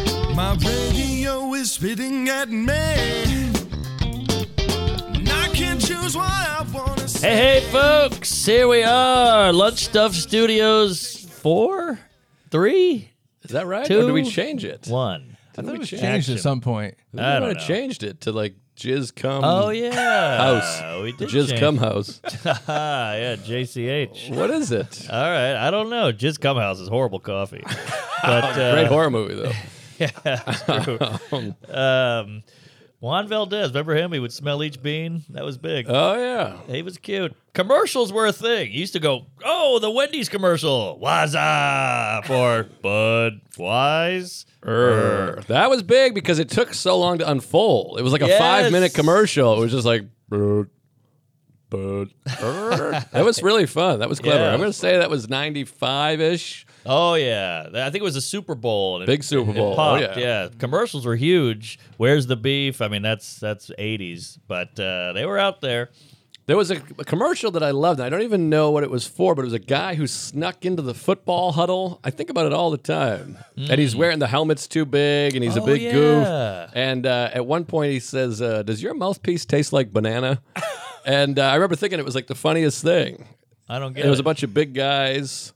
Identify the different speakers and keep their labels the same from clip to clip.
Speaker 1: My radio is spitting at me. And I can choose what I want to say.
Speaker 2: Hey, hey, folks! Here we are, Lunch Stuff Studios four, three,
Speaker 3: Is that right?
Speaker 2: Two,
Speaker 3: or did we change it?
Speaker 2: one.
Speaker 3: I thought we changed
Speaker 4: changed
Speaker 3: it.
Speaker 4: at some point.
Speaker 3: I
Speaker 2: I
Speaker 3: might
Speaker 2: don't
Speaker 3: have
Speaker 2: know.
Speaker 3: changed it to like Jizz Cum
Speaker 2: Oh yeah,
Speaker 3: House.
Speaker 2: We did
Speaker 3: Jizz
Speaker 2: change-
Speaker 3: Cum House.
Speaker 2: Ah, yeah, JCH.
Speaker 3: What is it?
Speaker 2: All right, I don't know. Jizz Cum House is horrible coffee, but uh,
Speaker 3: Great horror movie, though.
Speaker 2: um, Juan Valdez, remember him? He would smell each bean. That was big.
Speaker 3: Oh, yeah.
Speaker 2: He was cute. Commercials were a thing. He used to go, oh, the Wendy's commercial, Waza for Bud Wise.
Speaker 3: Brr. That was big because it took so long to unfold. It was like a
Speaker 2: Yes.
Speaker 3: five minute commercial. It was just like. brr, brr, brr. that was really fun. That was clever.
Speaker 2: Yeah.
Speaker 3: I'm going to say that was 95 ish.
Speaker 2: Oh yeah, Th- I think it was a Super Bowl. And it-
Speaker 3: Big Super
Speaker 2: it
Speaker 3: Bowl. Oh,
Speaker 2: popped,
Speaker 3: yeah.
Speaker 2: commercials were huge. Where's the beef? I mean, that's that's '80s, but uh, they were out there.
Speaker 3: There was a, a commercial that I loved. and I don't even know what it was for, but it was a guy who snuck into the football huddle. I think about it all the time. And he's wearing the helmet's too big, and he's a
Speaker 2: Hmm. Oh,
Speaker 3: big
Speaker 2: yeah.
Speaker 3: goof. And uh, at one point, he says, uh, "Does your mouthpiece taste like banana?" and uh, I remember thinking it was like the funniest thing.
Speaker 2: I don't get
Speaker 3: There was
Speaker 2: it.
Speaker 3: a bunch of big guys.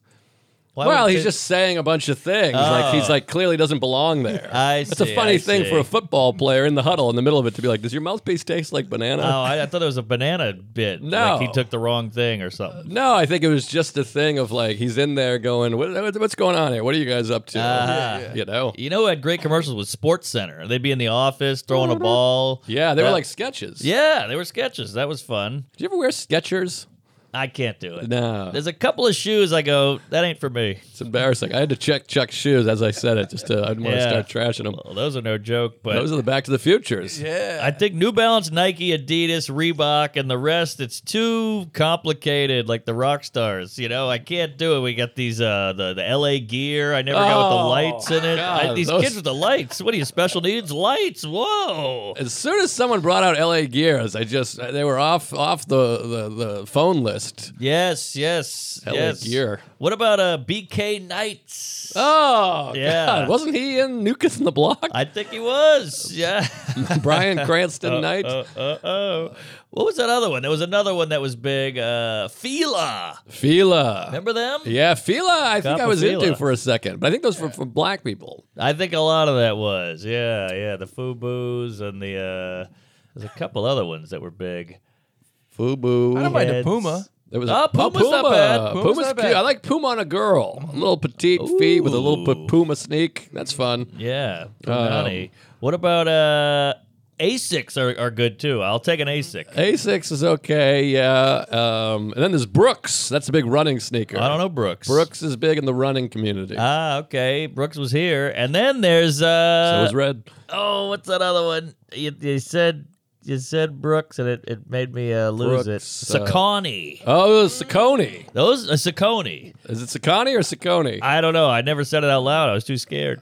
Speaker 2: Why
Speaker 3: well,
Speaker 2: would
Speaker 3: he's
Speaker 2: they-
Speaker 3: just saying a bunch of things. Like he's like clearly doesn't belong there.
Speaker 2: Ah. I
Speaker 3: That's a
Speaker 2: see,
Speaker 3: funny
Speaker 2: I
Speaker 3: thing for
Speaker 2: see.
Speaker 3: a football player in the huddle in the middle of it to be like, "Does your mouthpiece taste like banana?"
Speaker 2: Oh, I, I thought it was a banana bit.
Speaker 3: No.
Speaker 2: like he took the wrong thing or something.
Speaker 3: No, I think it was just a thing of like he's in there going, what, what- "What's going on here? What are you guys up to?"
Speaker 2: Ah.
Speaker 3: You know?
Speaker 2: You know, who had great commercials with Sports Center. They'd be in the office throwing a ball.
Speaker 3: Mm-hmm. Yeah, they were
Speaker 2: That-
Speaker 3: like sketches.
Speaker 2: yeah, they were sketches. That was fun.
Speaker 3: Did you ever wear Skechers?
Speaker 2: I can't do it.
Speaker 3: No,
Speaker 2: There's a couple of shoes I go, that ain't for me.
Speaker 3: it's embarrassing. I had to check Chuck's shoes as I said it, just to I didn't want
Speaker 2: Yeah.
Speaker 3: to start trashing them.
Speaker 2: Well, those are no joke, but
Speaker 3: Those are the Back to the Futures.
Speaker 2: I think New Balance, Nike, Adidas, Reebok, and the rest. It's too complicated, like the rock stars. You know, I can't do it. We got these uh, the the L.A. gear. I never got with the
Speaker 3: Oh,
Speaker 2: lights in it. I-
Speaker 3: God,
Speaker 2: these
Speaker 3: those-
Speaker 2: kids with the lights. What are you special needs? Lights. Whoa.
Speaker 3: As soon as someone brought out L.A. Gears, I just they were off off the the, the phone list.
Speaker 2: Yes, yes,
Speaker 3: LA
Speaker 2: yes.
Speaker 3: gear.
Speaker 2: What about uh, BK Knights?
Speaker 3: Oh
Speaker 2: Yeah.
Speaker 3: God! Wasn't he in Nukas in the Block?
Speaker 2: I think he was.
Speaker 3: Oh,
Speaker 2: Yeah.
Speaker 3: Brian Cranston Knight.
Speaker 2: Uh, uh, oh. What was that other one? There was another one that was big. Uh, Fila.
Speaker 3: Fila.
Speaker 2: Remember them?
Speaker 3: Yeah, Fila, I think I was
Speaker 2: Fila.
Speaker 3: into for a second, but I think those were for black people.
Speaker 2: I think a lot of that was, yeah, yeah. The Fubu's and the uh, there's a couple other ones that were big.
Speaker 3: Fubu.
Speaker 4: I don't mind a
Speaker 2: Heads.
Speaker 4: Puma.
Speaker 3: There was oh,
Speaker 2: Ah, Puma's
Speaker 3: Puma.
Speaker 2: not bad.
Speaker 3: Puma's,
Speaker 4: Puma's not
Speaker 3: cute.
Speaker 4: bad.
Speaker 3: I like Puma on a girl. A little petite feet with a little p-
Speaker 2: Ooh.
Speaker 3: Puma sneak. That's fun.
Speaker 2: Yeah, Pumani.
Speaker 3: Um,
Speaker 2: what about uh, Asics are, are good too. I'll take an Asic.
Speaker 3: Asics is okay, yeah. Um, and then there's Brooks. That's a big running sneaker.
Speaker 2: I don't know Brooks.
Speaker 3: Brooks is big in the running community.
Speaker 2: Ah, okay. Brooks was here, and then there's
Speaker 3: so
Speaker 2: uh,
Speaker 3: is Red.
Speaker 2: oh, what's that other one? You, you said you said Brooks, and it, it made me uh, lose
Speaker 3: Brooks,
Speaker 2: it.
Speaker 3: uh,
Speaker 2: Sakoni.
Speaker 3: Oh, Saccone.
Speaker 2: Those uh, Sakoni.
Speaker 3: Is it Saccone or Saccone?
Speaker 2: I don't know. I never said it out loud. I was too scared.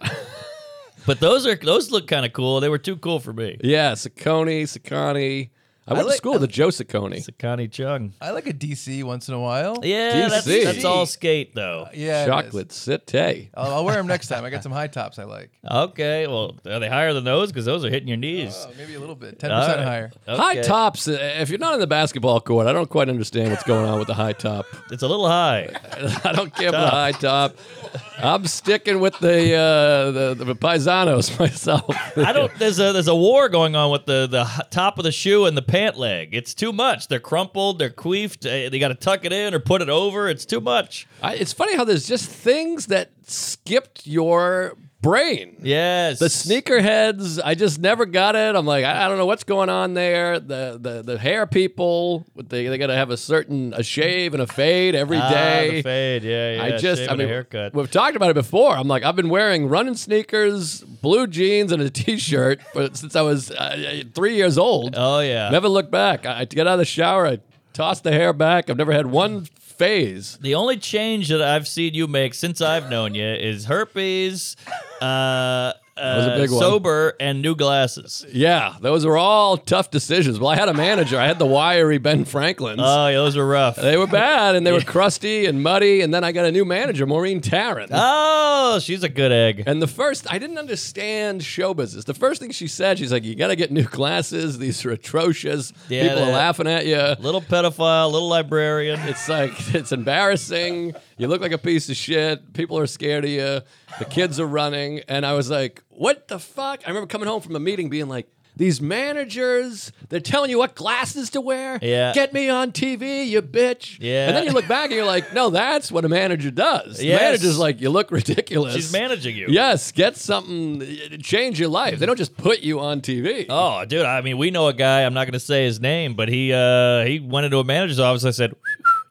Speaker 2: but those are those look kind of cool. They were too cool for me.
Speaker 3: yeah, Saccone, Saccone. I went to
Speaker 4: like-
Speaker 3: school with a Joe Saccone.
Speaker 2: It's a Connie Chung.
Speaker 4: I like a DC once in a while.
Speaker 2: Uh, Yeah, that's,
Speaker 3: DC.
Speaker 2: that's all skate
Speaker 3: Uh,
Speaker 2: though.
Speaker 4: Yeah. it is.
Speaker 3: Chocolate City.
Speaker 4: I'll, I'll wear them next time. I got some high tops I like.
Speaker 2: Okay, well, are they higher than those? Because those are hitting your knees. oh,
Speaker 4: Oh, maybe a little bit, ten
Speaker 2: All
Speaker 4: percent
Speaker 2: right.
Speaker 4: higher.
Speaker 2: Okay.
Speaker 3: High tops. uh, If you're not on the basketball court, I don't quite understand what's going on with the high top.
Speaker 2: It's a little high.
Speaker 3: I don't care about the high top. I'm sticking with the uh, the, the paisanos myself.
Speaker 2: I don't. There's a there's a war going on with the the h- top of the shoe and the pant leg. It's too much. They're crumpled. They're queefed. eh, They got to tuck it in or put it over. It's too much.
Speaker 3: I, it's funny how there's just things that skipped your brain.
Speaker 2: Yes.
Speaker 3: The sneakerheads, I just never got it. I'm like, I, I don't know what's going on there. The the, the hair people, they, they got to have a certain a shave and a fade every
Speaker 2: Ah,
Speaker 3: day.
Speaker 2: the fade. Yeah, yeah.
Speaker 3: I just,
Speaker 2: shave
Speaker 3: I
Speaker 2: and a
Speaker 3: mean,
Speaker 2: haircut.
Speaker 3: we've talked about it before. I'm like, I've been wearing running sneakers, blue jeans, and a t-shirt but since I was uh, three years old.
Speaker 2: oh yeah.
Speaker 3: Never looked back. I, I get out of the shower, I toss the hair back. I've never had one phase.
Speaker 2: The only change that I've seen you make since I've known you is herpes, uh, uh,
Speaker 3: was a big one.
Speaker 2: sober, and new glasses.
Speaker 3: Yeah, those were all tough decisions. Well, I had a manager. I had the wiry Ben Franklins.
Speaker 2: Oh, yeah, those are rough.
Speaker 3: They were bad and they were crusty and muddy. And then I got a new manager, Maureen Tarrant.
Speaker 2: Oh, she's a good egg.
Speaker 3: And the first, I didn't understand show business. The first thing she said, she's like, You got to get new glasses. These are atrocious.
Speaker 2: Yeah,
Speaker 3: People are
Speaker 2: that-
Speaker 3: laughing at you.
Speaker 2: Little pedophile, little librarian.
Speaker 3: It's like, it's embarrassing. You look like a piece of shit. People are scared of you. The kids are running. And I was like, What the fuck? I remember coming home from a meeting being like, these managers, they're telling you what glasses to wear.
Speaker 2: Yeah.
Speaker 3: Get me on TV, you bitch.
Speaker 2: Yeah.
Speaker 3: And then you look back and you're like, no, that's what a manager does. The
Speaker 2: Yes.
Speaker 3: manager's like, you look ridiculous.
Speaker 2: She's managing you.
Speaker 3: Yes, get something, change your life. They don't just put you on TV.
Speaker 2: Oh, dude. I mean, we know a guy. I'm not going to say his name, but he uh, he went into a manager's office. I said,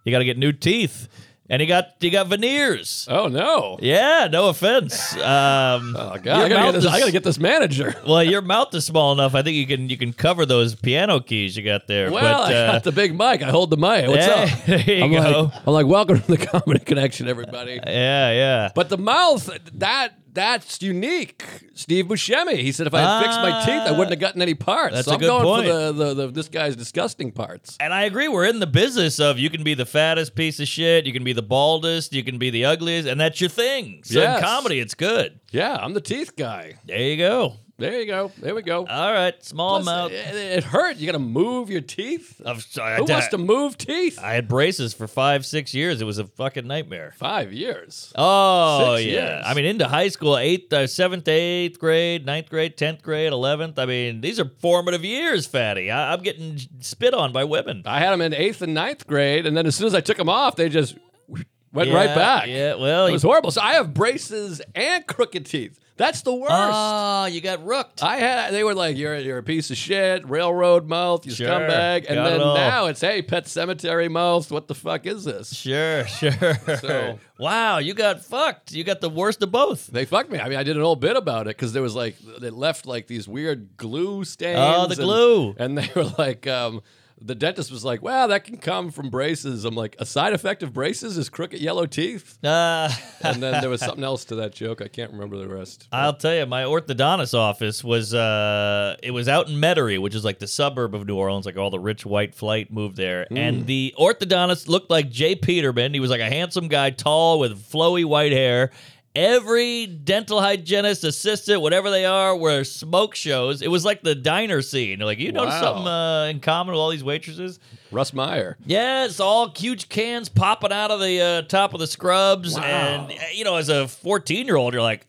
Speaker 2: "You got to get new teeth," and he got he got veneers.
Speaker 3: Oh, no.
Speaker 2: Yeah, no offense. Um,
Speaker 3: Oh, God.
Speaker 2: your
Speaker 3: I gotta,
Speaker 2: mouth
Speaker 3: get this,
Speaker 2: is-
Speaker 3: I gotta get this manager.
Speaker 2: Well, your mouth is small enough. I think you can you can cover those piano keys you got there.
Speaker 3: Well,
Speaker 2: but,
Speaker 3: I
Speaker 2: uh,
Speaker 3: got the big mic. I hold the mic. What's
Speaker 2: hey,
Speaker 3: up?
Speaker 2: There you
Speaker 3: I'm
Speaker 2: go.
Speaker 3: like, I'm like, welcome to the Comedy Connection, everybody.
Speaker 2: yeah, yeah.
Speaker 3: But the mouth, that that's unique. Steve Buscemi. He said if I had fixed my
Speaker 2: Ah.
Speaker 3: teeth, I wouldn't have gotten any parts.
Speaker 2: That's
Speaker 3: so
Speaker 2: a
Speaker 3: I'm
Speaker 2: good
Speaker 3: going
Speaker 2: point.
Speaker 3: for the, the, the this guy's disgusting parts.
Speaker 2: and I agree. We're in the business of you can be the fattest piece of shit, you can be the baldest, you can be the ugliest, and that's your thing. So
Speaker 3: Yes.
Speaker 2: in comedy, it's good.
Speaker 3: Yeah, I'm the teeth guy.
Speaker 2: There you go.
Speaker 3: There you go. There we go.
Speaker 2: All right, small
Speaker 3: Plus,
Speaker 2: mouth.
Speaker 3: it, it hurt. You got to move your teeth.
Speaker 2: I'm sorry,
Speaker 3: Who
Speaker 2: I,
Speaker 3: wants to move teeth?
Speaker 2: I had braces for five, six years. It was a fucking nightmare.
Speaker 3: Five years.
Speaker 2: Oh
Speaker 3: Six
Speaker 2: yeah,
Speaker 3: years.
Speaker 2: I mean into high school, eighth, uh, seventh, to eighth grade, ninth grade, tenth grade, eleventh. I mean these are formative years, fatty. I- I'm getting spit on by women.
Speaker 3: I had them in eighth and ninth grade, and then as soon as I took them off, they just went right
Speaker 2: Yeah,
Speaker 3: back.
Speaker 2: Yeah, well,
Speaker 3: It
Speaker 2: you,
Speaker 3: was horrible. So I have braces and crooked teeth. That's the worst.
Speaker 2: oh, you got rooked.
Speaker 3: I had. They were like, "You're you're a piece of shit, railroad mouth, you
Speaker 2: Sure,
Speaker 3: scumbag." And
Speaker 2: got
Speaker 3: then
Speaker 2: it all.
Speaker 3: now it's, "Hey, pet cemetery mouth, what the fuck is this?"
Speaker 2: Sure, sure.
Speaker 3: So-
Speaker 2: Wow, you got fucked. You got the worst of both.
Speaker 3: They fucked me. I mean, I did an whole bit about it because there was like they left like these weird glue stains.
Speaker 2: Oh, the
Speaker 3: and-
Speaker 2: glue.
Speaker 3: And they were like, um, the dentist was like, "Well, that can come from braces." I'm like, "A side effect of braces is crooked yellow teeth."
Speaker 2: Uh,
Speaker 3: And then there was something else to that joke. I can't remember the rest.
Speaker 2: I'll tell you, my orthodontist office was uh, it was out in Metairie, which is like the suburb of New Orleans. Like all the rich white flight moved there, and the orthodontist looked like Jay Peterman. He was like a handsome guy, tall with flowy white hair. Every dental hygienist, assistant, whatever they are, were smoke shows. It was like the diner scene. Like you notice
Speaker 3: Wow.
Speaker 2: something uh, in common with all these waitresses?
Speaker 3: Russ Meyer.
Speaker 2: Yes, all huge cans popping out of the uh, top of the scrubs,
Speaker 3: Wow.
Speaker 2: and uh, you know, as a fourteen-year-old, you're like,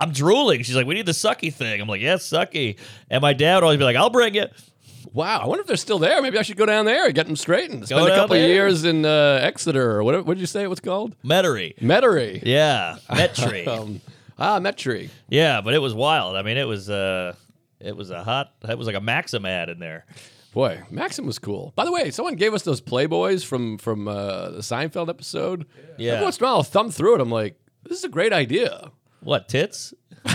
Speaker 2: I'm drooling. She's like, "We need the sucky thing." I'm like, "Yes, sucky." And my dad would always be like, "I'll bring it."
Speaker 3: Wow, I wonder if they're still there. Maybe I should go down there and get them straightened. Spend a
Speaker 2: down
Speaker 3: couple
Speaker 2: there.
Speaker 3: years in uh, Exeter or whatever. What did you say it was called?
Speaker 2: Metairie,
Speaker 3: Metairie.
Speaker 2: yeah, Metairie,
Speaker 3: Um, ah, Metairie.
Speaker 2: yeah. But it was wild. I mean, it was uh, it was a hot. It was like a Maxim ad in there.
Speaker 3: Boy, Maxim was cool. By the way, someone gave us those Playboys from from uh, the Seinfeld episode.
Speaker 2: Yeah.
Speaker 3: Every once in a while, I'll thumb through it. I'm like, this is a great idea.
Speaker 2: What tits?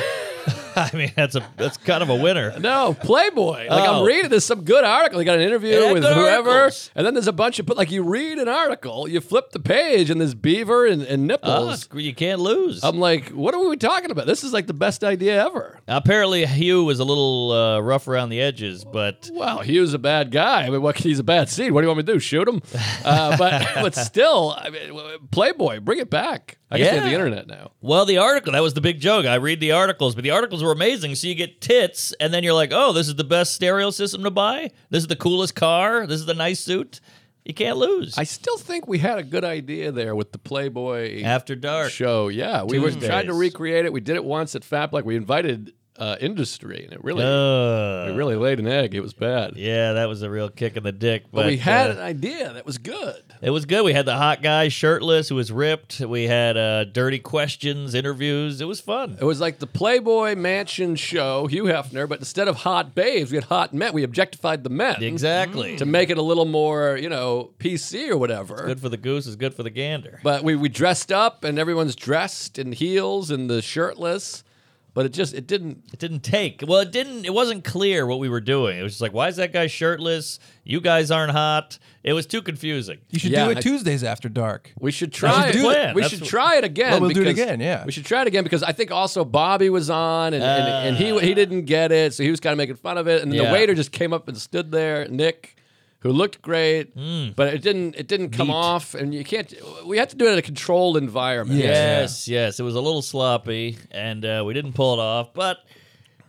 Speaker 2: I mean, that's a that's kind of a winner.
Speaker 3: No, Playboy. Like
Speaker 2: Oh.
Speaker 3: I'm reading there's some good article. They got an interview
Speaker 2: Yeah,
Speaker 3: with
Speaker 2: good
Speaker 3: whoever,
Speaker 2: articles.
Speaker 3: and then there's a bunch of but like you read an article, you flip the page, and there's beaver and, and
Speaker 2: Oh,
Speaker 3: nipples.
Speaker 2: screw- you can't lose.
Speaker 3: I'm like, what are we talking about? This is like the best idea ever.
Speaker 2: Apparently, Hugh was a little uh, rough around the edges, but
Speaker 3: Well, he was a bad guy. I mean, what, he's a bad seed. What do you want me to do? Shoot him? Uh, but but still, I mean, Playboy, bring it back. I guess they have the
Speaker 2: Yeah.
Speaker 3: internet now.
Speaker 2: Well, the article, that was the big joke. I read the articles, but the articles were amazing. So you get tits, and then you're like, oh, this is the best stereo system to buy. This is the coolest car. This is the nice suit. You can't lose.
Speaker 3: I still think we had a good idea there with the Playboy
Speaker 2: After dark.
Speaker 3: show. Yeah, we were,
Speaker 2: Tuesdays.
Speaker 3: tried to recreate it. We did it once at Fab. Like we invited uh, industry, and it really
Speaker 2: Ugh.
Speaker 3: it really laid an egg. It was bad.
Speaker 2: yeah, that was a real kick in the dick. But,
Speaker 3: But we had
Speaker 2: uh,
Speaker 3: an idea that was good.
Speaker 2: It was good. We had the hot guy shirtless who was ripped. We had uh, dirty questions, interviews. It was fun.
Speaker 3: It was like the Playboy Mansion show, Hugh Hefner, but instead of hot babes, we had hot men. We objectified the men
Speaker 2: Exactly.
Speaker 3: to make it a little more, you know, PC or whatever.
Speaker 2: Good for the goose is good for the gander.
Speaker 3: But we, we dressed up, and everyone's dressed in heels and the shirtless. But it just it didn't.
Speaker 2: It didn't take. Well, it didn't. It wasn't clear what we were doing. It was just like, why is that guy shirtless? You guys aren't hot. It was too confusing.
Speaker 4: You should
Speaker 3: Yeah,
Speaker 4: do it
Speaker 3: I-
Speaker 4: Tuesdays after dark.
Speaker 3: We should
Speaker 2: was
Speaker 3: try.
Speaker 2: the
Speaker 3: it.
Speaker 2: plan.
Speaker 3: We
Speaker 2: That's
Speaker 3: should
Speaker 2: what-
Speaker 3: try it again.
Speaker 4: Well, we'll do it
Speaker 3: because-
Speaker 4: again, yeah.
Speaker 3: we should try it again because I think also Bobby was on, and, and, and he he didn't get it, so he was kind of making fun of it. And
Speaker 2: Ah. Yeah.
Speaker 3: the waiter just came up and stood there, Nick, who looked great, but it didn't it didn't come
Speaker 2: Hmm. Neat.
Speaker 3: off. And you can't. We have to do it in a controlled environment.
Speaker 4: Yeah.
Speaker 2: Yes, yes. It was a little sloppy, and uh, we didn't pull it off. But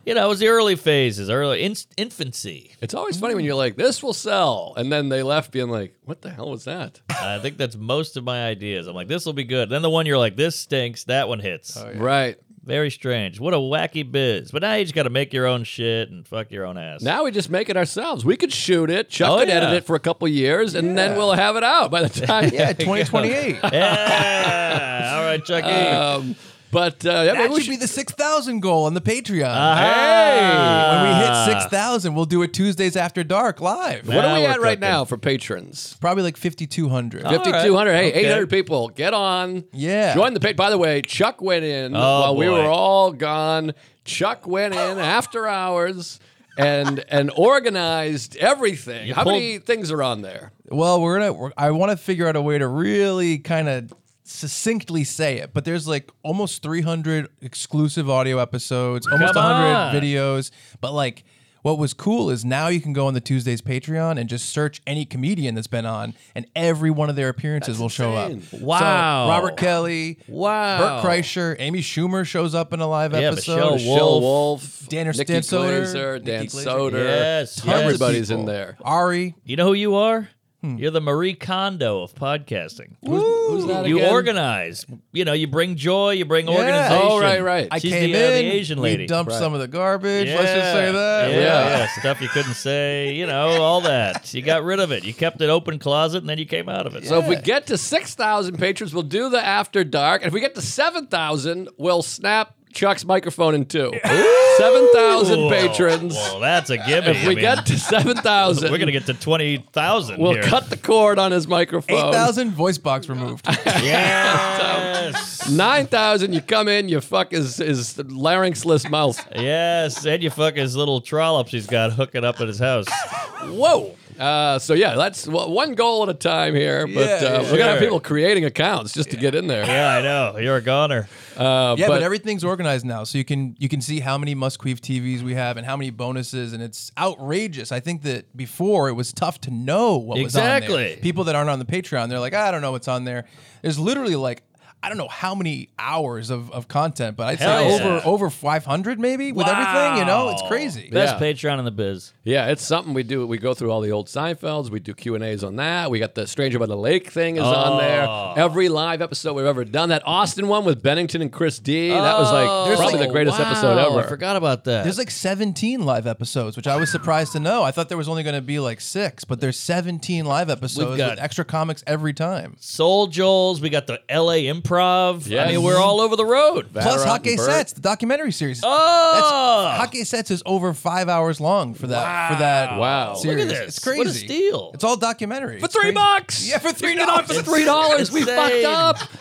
Speaker 2: you know, it was the early phases, early in- infancy.
Speaker 3: It's always funny
Speaker 2: Mm.
Speaker 3: when you're like, "This will sell," and then they left being like, "What the hell was that?"
Speaker 2: I think that's most of my ideas. I'm like, this will be good. Then the one you're like, this stinks. That one hits.
Speaker 3: Right.
Speaker 2: Very strange. What a wacky biz. But now you just got to make your own shit and fuck your own ass.
Speaker 3: Now we just make it ourselves. We could shoot it, Chuck
Speaker 2: Oh,
Speaker 3: could
Speaker 2: yeah.
Speaker 3: edit it for a couple years, and then
Speaker 4: Yeah.
Speaker 3: we'll have it out by the time.
Speaker 4: Yeah, 2028. that
Speaker 2: yeah. All right, Chucky.
Speaker 3: Um, but uh, I mean, we
Speaker 4: should
Speaker 3: should-
Speaker 4: be the 6,000 goal on the Patreon.
Speaker 2: Ah.
Speaker 4: When we hit 6,000, we'll do it Tuesdays after dark live.
Speaker 3: What
Speaker 2: Now
Speaker 3: are we
Speaker 2: we're
Speaker 3: at right
Speaker 2: cooking.
Speaker 3: now for patrons?
Speaker 4: Probably like 5,200.
Speaker 2: All
Speaker 3: Fifty
Speaker 2: right.
Speaker 3: two hundred. Hey,
Speaker 2: Okay.
Speaker 3: eight hundred people, get on.
Speaker 4: Yeah.
Speaker 3: join the page. By the way, Chuck went in
Speaker 2: Oh,
Speaker 3: while we
Speaker 2: boy.
Speaker 3: were all gone. Chuck went in after hours and and organized everything.
Speaker 2: You
Speaker 3: How many things are on there?
Speaker 4: Well, we're gonna. We're, I want to figure out a way to really kind of succinctly say it, but there's like almost 300 exclusive audio episodes, almost
Speaker 2: Come
Speaker 4: 100
Speaker 2: on.
Speaker 4: videos. But like, what was cool is now you can go on the Tuesdays Patreon and just search any comedian that's been on, and every one of their appearances will show
Speaker 3: insane.
Speaker 4: up.
Speaker 2: Wow.
Speaker 4: So, Robert Kelly,
Speaker 3: Wow.
Speaker 4: Burt Kreischer, Amy Schumer shows up in a live
Speaker 2: Yeah,
Speaker 4: episode.
Speaker 2: Michelle
Speaker 3: Michelle
Speaker 2: Wolf,
Speaker 3: Wolf,
Speaker 4: Danner
Speaker 3: Nikki
Speaker 4: Stansoder,
Speaker 3: Glaser, Dan
Speaker 4: Nikki Glaser.
Speaker 3: Soder.
Speaker 2: Yes, yes.
Speaker 3: everybody's in
Speaker 4: People.
Speaker 3: there.
Speaker 4: Ari,
Speaker 2: You know who you are?
Speaker 4: Hmm.
Speaker 2: You're the Marie Kondo of podcasting.
Speaker 3: Who's that
Speaker 2: You
Speaker 3: again?
Speaker 2: organize. You know, you bring joy, you bring organization.
Speaker 3: Oh, right, right.
Speaker 4: I
Speaker 2: She's
Speaker 4: came
Speaker 2: the, uh,
Speaker 4: in.
Speaker 2: the Asian lady.
Speaker 4: We dumped some of the garbage. Let's just say that.
Speaker 2: Yeah,
Speaker 3: Yeah.
Speaker 2: yeah, stuff you couldn't say, you know, all that. You got rid of it. You kept it open closet and then you came out of it.
Speaker 3: So if we get to 6,000 patrons, we'll do the after dark. And if we get to 7,000, we'll snap Chuck's microphone in two. 7,000
Speaker 2: Whoa,
Speaker 3: patrons.
Speaker 2: Well, that's a gimme.
Speaker 3: If we get to 7,000,
Speaker 2: we're going to get to 20,000.
Speaker 3: we'll
Speaker 2: here.
Speaker 3: cut the cord on his microphone.
Speaker 4: 8,000 voice box removed.
Speaker 2: Yes.
Speaker 3: 9,000, you come in, you fuck his, his larynxless mouth.
Speaker 2: yes. And you fuck his little trollops he's got hooking up at his house.
Speaker 3: Whoa. Uh, so yeah, that's w- one goal at a time here. But
Speaker 4: Yeah,
Speaker 3: uh, we're gonna have
Speaker 2: sure.
Speaker 3: people creating accounts just to get in there.
Speaker 2: Yeah, I know. You're a goner.
Speaker 3: Uh,
Speaker 4: Yeah, but,
Speaker 3: but-
Speaker 4: everything's organized now, so you can you can see how many Musqueef TVs we have and how many bonuses, and it's outrageous. I think that before it was tough to know what was on there.
Speaker 2: Exactly.
Speaker 4: People that aren't on the Patreon, they're like, I don't know what's on there. There's literally like I don't know how many hours of, of content, but I'd
Speaker 2: Hell
Speaker 4: say
Speaker 2: yeah.
Speaker 4: over over 500 maybe with everything. You know, it's crazy.
Speaker 3: Yeah.
Speaker 2: Best Patreon in the biz.
Speaker 3: Yeah, it's something we do. We go through all the old Seinfelds. We do Q and A's on that. We got the Stranger by the Lake thing is on
Speaker 2: Oh.
Speaker 3: there. Every live episode we've ever done. That Austin one with Bennington and Chris D. that was like
Speaker 4: There's
Speaker 3: probably
Speaker 4: like-
Speaker 3: the greatest
Speaker 2: Oh. wow,
Speaker 3: episode ever.
Speaker 2: I forgot about that.
Speaker 4: There's like 17 live episodes, which I was surprised to know. I thought there was only going to be like six, but there's 17 live episodes
Speaker 2: got-
Speaker 4: with extra comics every time.
Speaker 2: Soul Joel's. We got the LA Improv.
Speaker 3: Yes.
Speaker 2: I mean, we're all over the road.
Speaker 4: Plus,
Speaker 3: Rotten
Speaker 4: Hockey
Speaker 3: Bird.
Speaker 4: Sets, the documentary series.
Speaker 2: Oh,
Speaker 4: Hockey Sets is over five hours long for that for that
Speaker 3: Wow. Look at
Speaker 4: series.
Speaker 2: this.
Speaker 4: It's crazy.
Speaker 2: What a steal.
Speaker 4: It's all documentary.
Speaker 3: for three bucks.
Speaker 4: Yeah, for three
Speaker 3: You got it
Speaker 4: dollars.
Speaker 3: For three dollars, we
Speaker 2: Insane.
Speaker 3: fucked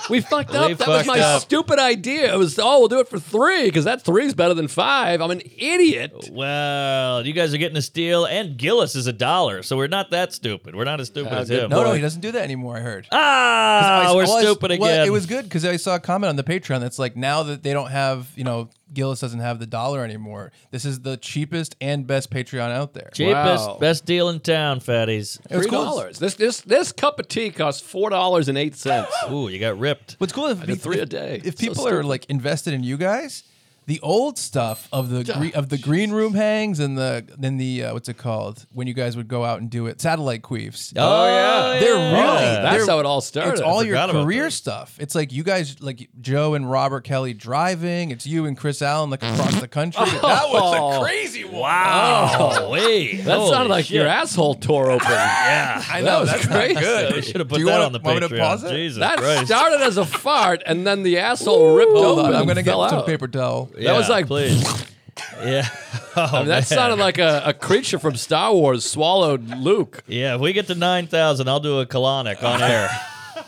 Speaker 3: up. We fucked up.
Speaker 2: We
Speaker 3: that was
Speaker 2: fucked
Speaker 3: my
Speaker 2: up.
Speaker 3: stupid idea. It was oh, we'll do it for three because that three's better than five. I'm an idiot.
Speaker 2: Well, you guys are getting a steal, and Gillis is a dollar, so we're not that stupid. We're not as stupid as
Speaker 3: good
Speaker 2: him.
Speaker 4: No, no, he doesn't do that anymore. I heard.
Speaker 3: Oh,
Speaker 2: Ah,
Speaker 4: I-
Speaker 2: we're
Speaker 4: well, I-
Speaker 2: stupid again.
Speaker 4: well, it was good because I saw a comment on the Patreon that's like, now that they don't have, you know, Gillis doesn't have the dollar anymore. This is the cheapest and best Patreon out there.
Speaker 2: cheapest,
Speaker 3: Wow.
Speaker 2: best deal in town, fatties.
Speaker 4: was
Speaker 3: Three
Speaker 4: cool.
Speaker 3: dollars. This this this cup of tea costs four dollars and eight cents.
Speaker 2: Ooh, you got ripped.
Speaker 4: What's cool if
Speaker 3: did three a day.
Speaker 4: If
Speaker 3: So
Speaker 4: people are
Speaker 3: stupid.
Speaker 4: like invested in you guys, the old stuff of the gre- of the green room hangs and the then the uh, what's it called when you guys would go out and do it satellite queefs.
Speaker 2: Oh, yeah.
Speaker 4: They're
Speaker 2: yeah.
Speaker 4: really-
Speaker 3: Oh, that's
Speaker 4: They're-
Speaker 3: how it all started.
Speaker 4: It's all your
Speaker 2: forgot about
Speaker 4: career
Speaker 2: those.
Speaker 4: stuff. It's like you guys, like Joe and Robert Kelly driving. It's you and Chris Allen, like across the country. That was a crazy one.
Speaker 2: Wow. Wait.
Speaker 3: that sounded like your asshole tore open.
Speaker 2: Yeah.
Speaker 4: I know
Speaker 3: was
Speaker 4: that's
Speaker 3: crazy.
Speaker 4: not good.
Speaker 2: We should have
Speaker 4: Do
Speaker 2: put
Speaker 4: you
Speaker 2: that
Speaker 4: wanna-
Speaker 2: on the
Speaker 4: want me to
Speaker 2: Patreon.
Speaker 4: pause it?
Speaker 2: Jesus
Speaker 3: That
Speaker 2: Christ.
Speaker 3: started as a fart, and then the asshole ripped
Speaker 4: Hold
Speaker 3: open.
Speaker 4: on, I'm
Speaker 3: and
Speaker 4: gonna get
Speaker 3: Oh, fell
Speaker 4: some
Speaker 3: out.
Speaker 4: paper towel.
Speaker 3: That was
Speaker 2: Yeah,
Speaker 3: like
Speaker 2: please. yeah. Oh,
Speaker 3: I mean, that
Speaker 2: man.
Speaker 3: sounded like a, a creature from Star Wars swallowed Luke.
Speaker 2: Yeah, if we get to 9,000, I'll do a colonic on air.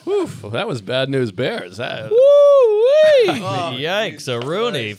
Speaker 3: Oof, that was bad news bears. That-
Speaker 2: Yikes, a Rooney.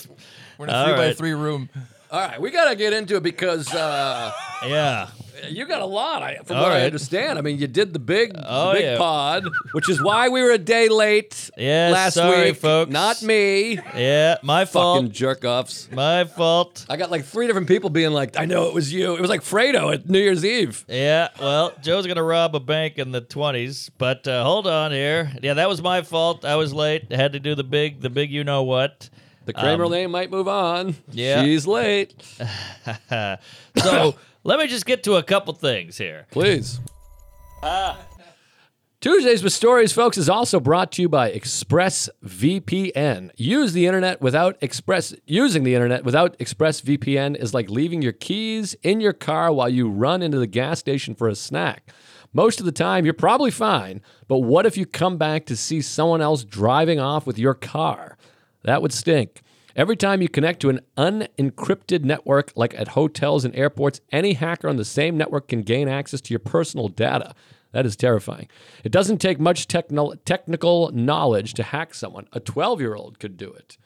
Speaker 4: We're in a
Speaker 2: All
Speaker 4: three by
Speaker 2: right.
Speaker 4: three room.
Speaker 3: all right, we gotta get into it because uh,
Speaker 2: Yeah.
Speaker 3: you got a lot. I, from
Speaker 2: All
Speaker 3: what I
Speaker 2: right.
Speaker 3: understand, I mean, you did the big, the
Speaker 2: Oh,
Speaker 3: big
Speaker 2: yeah.
Speaker 3: pod, which is why we were a day late
Speaker 2: Yes,
Speaker 3: last
Speaker 2: sorry,
Speaker 3: week,
Speaker 2: folks.
Speaker 3: Not me,
Speaker 2: Yeah, my fault.
Speaker 3: fucking jerk offs.
Speaker 2: My fault.
Speaker 3: I got like three different people being like, "I know it was you." It was like Fredo at New Year's Eve.
Speaker 2: Yeah, well, Joe's going to rob a bank in the 20s, but uh, hold on here. Yeah, that was my fault. I was late. had to do the big, the big you know what.
Speaker 3: The Kramer
Speaker 2: Um,
Speaker 3: lane might move on.
Speaker 2: yeah.
Speaker 3: she's late.
Speaker 2: So let me just get to a couple things here.
Speaker 3: Please. Tuesdays with Stories, folks, is also brought to you by ExpressVPN. Use the internet without Express. Using the internet without ExpressVPN is like leaving your keys in your car while you run into the gas station for a snack. Most of the time, you're probably fine, but what if you come back to see someone else driving off with your car? That would stink. Every time you connect to an unencrypted network, like at hotels and airports, any hacker on the same network can gain access to your personal data. That is terrifying. It doesn't take much techno- technical knowledge to hack someone. A 12 year old could do it.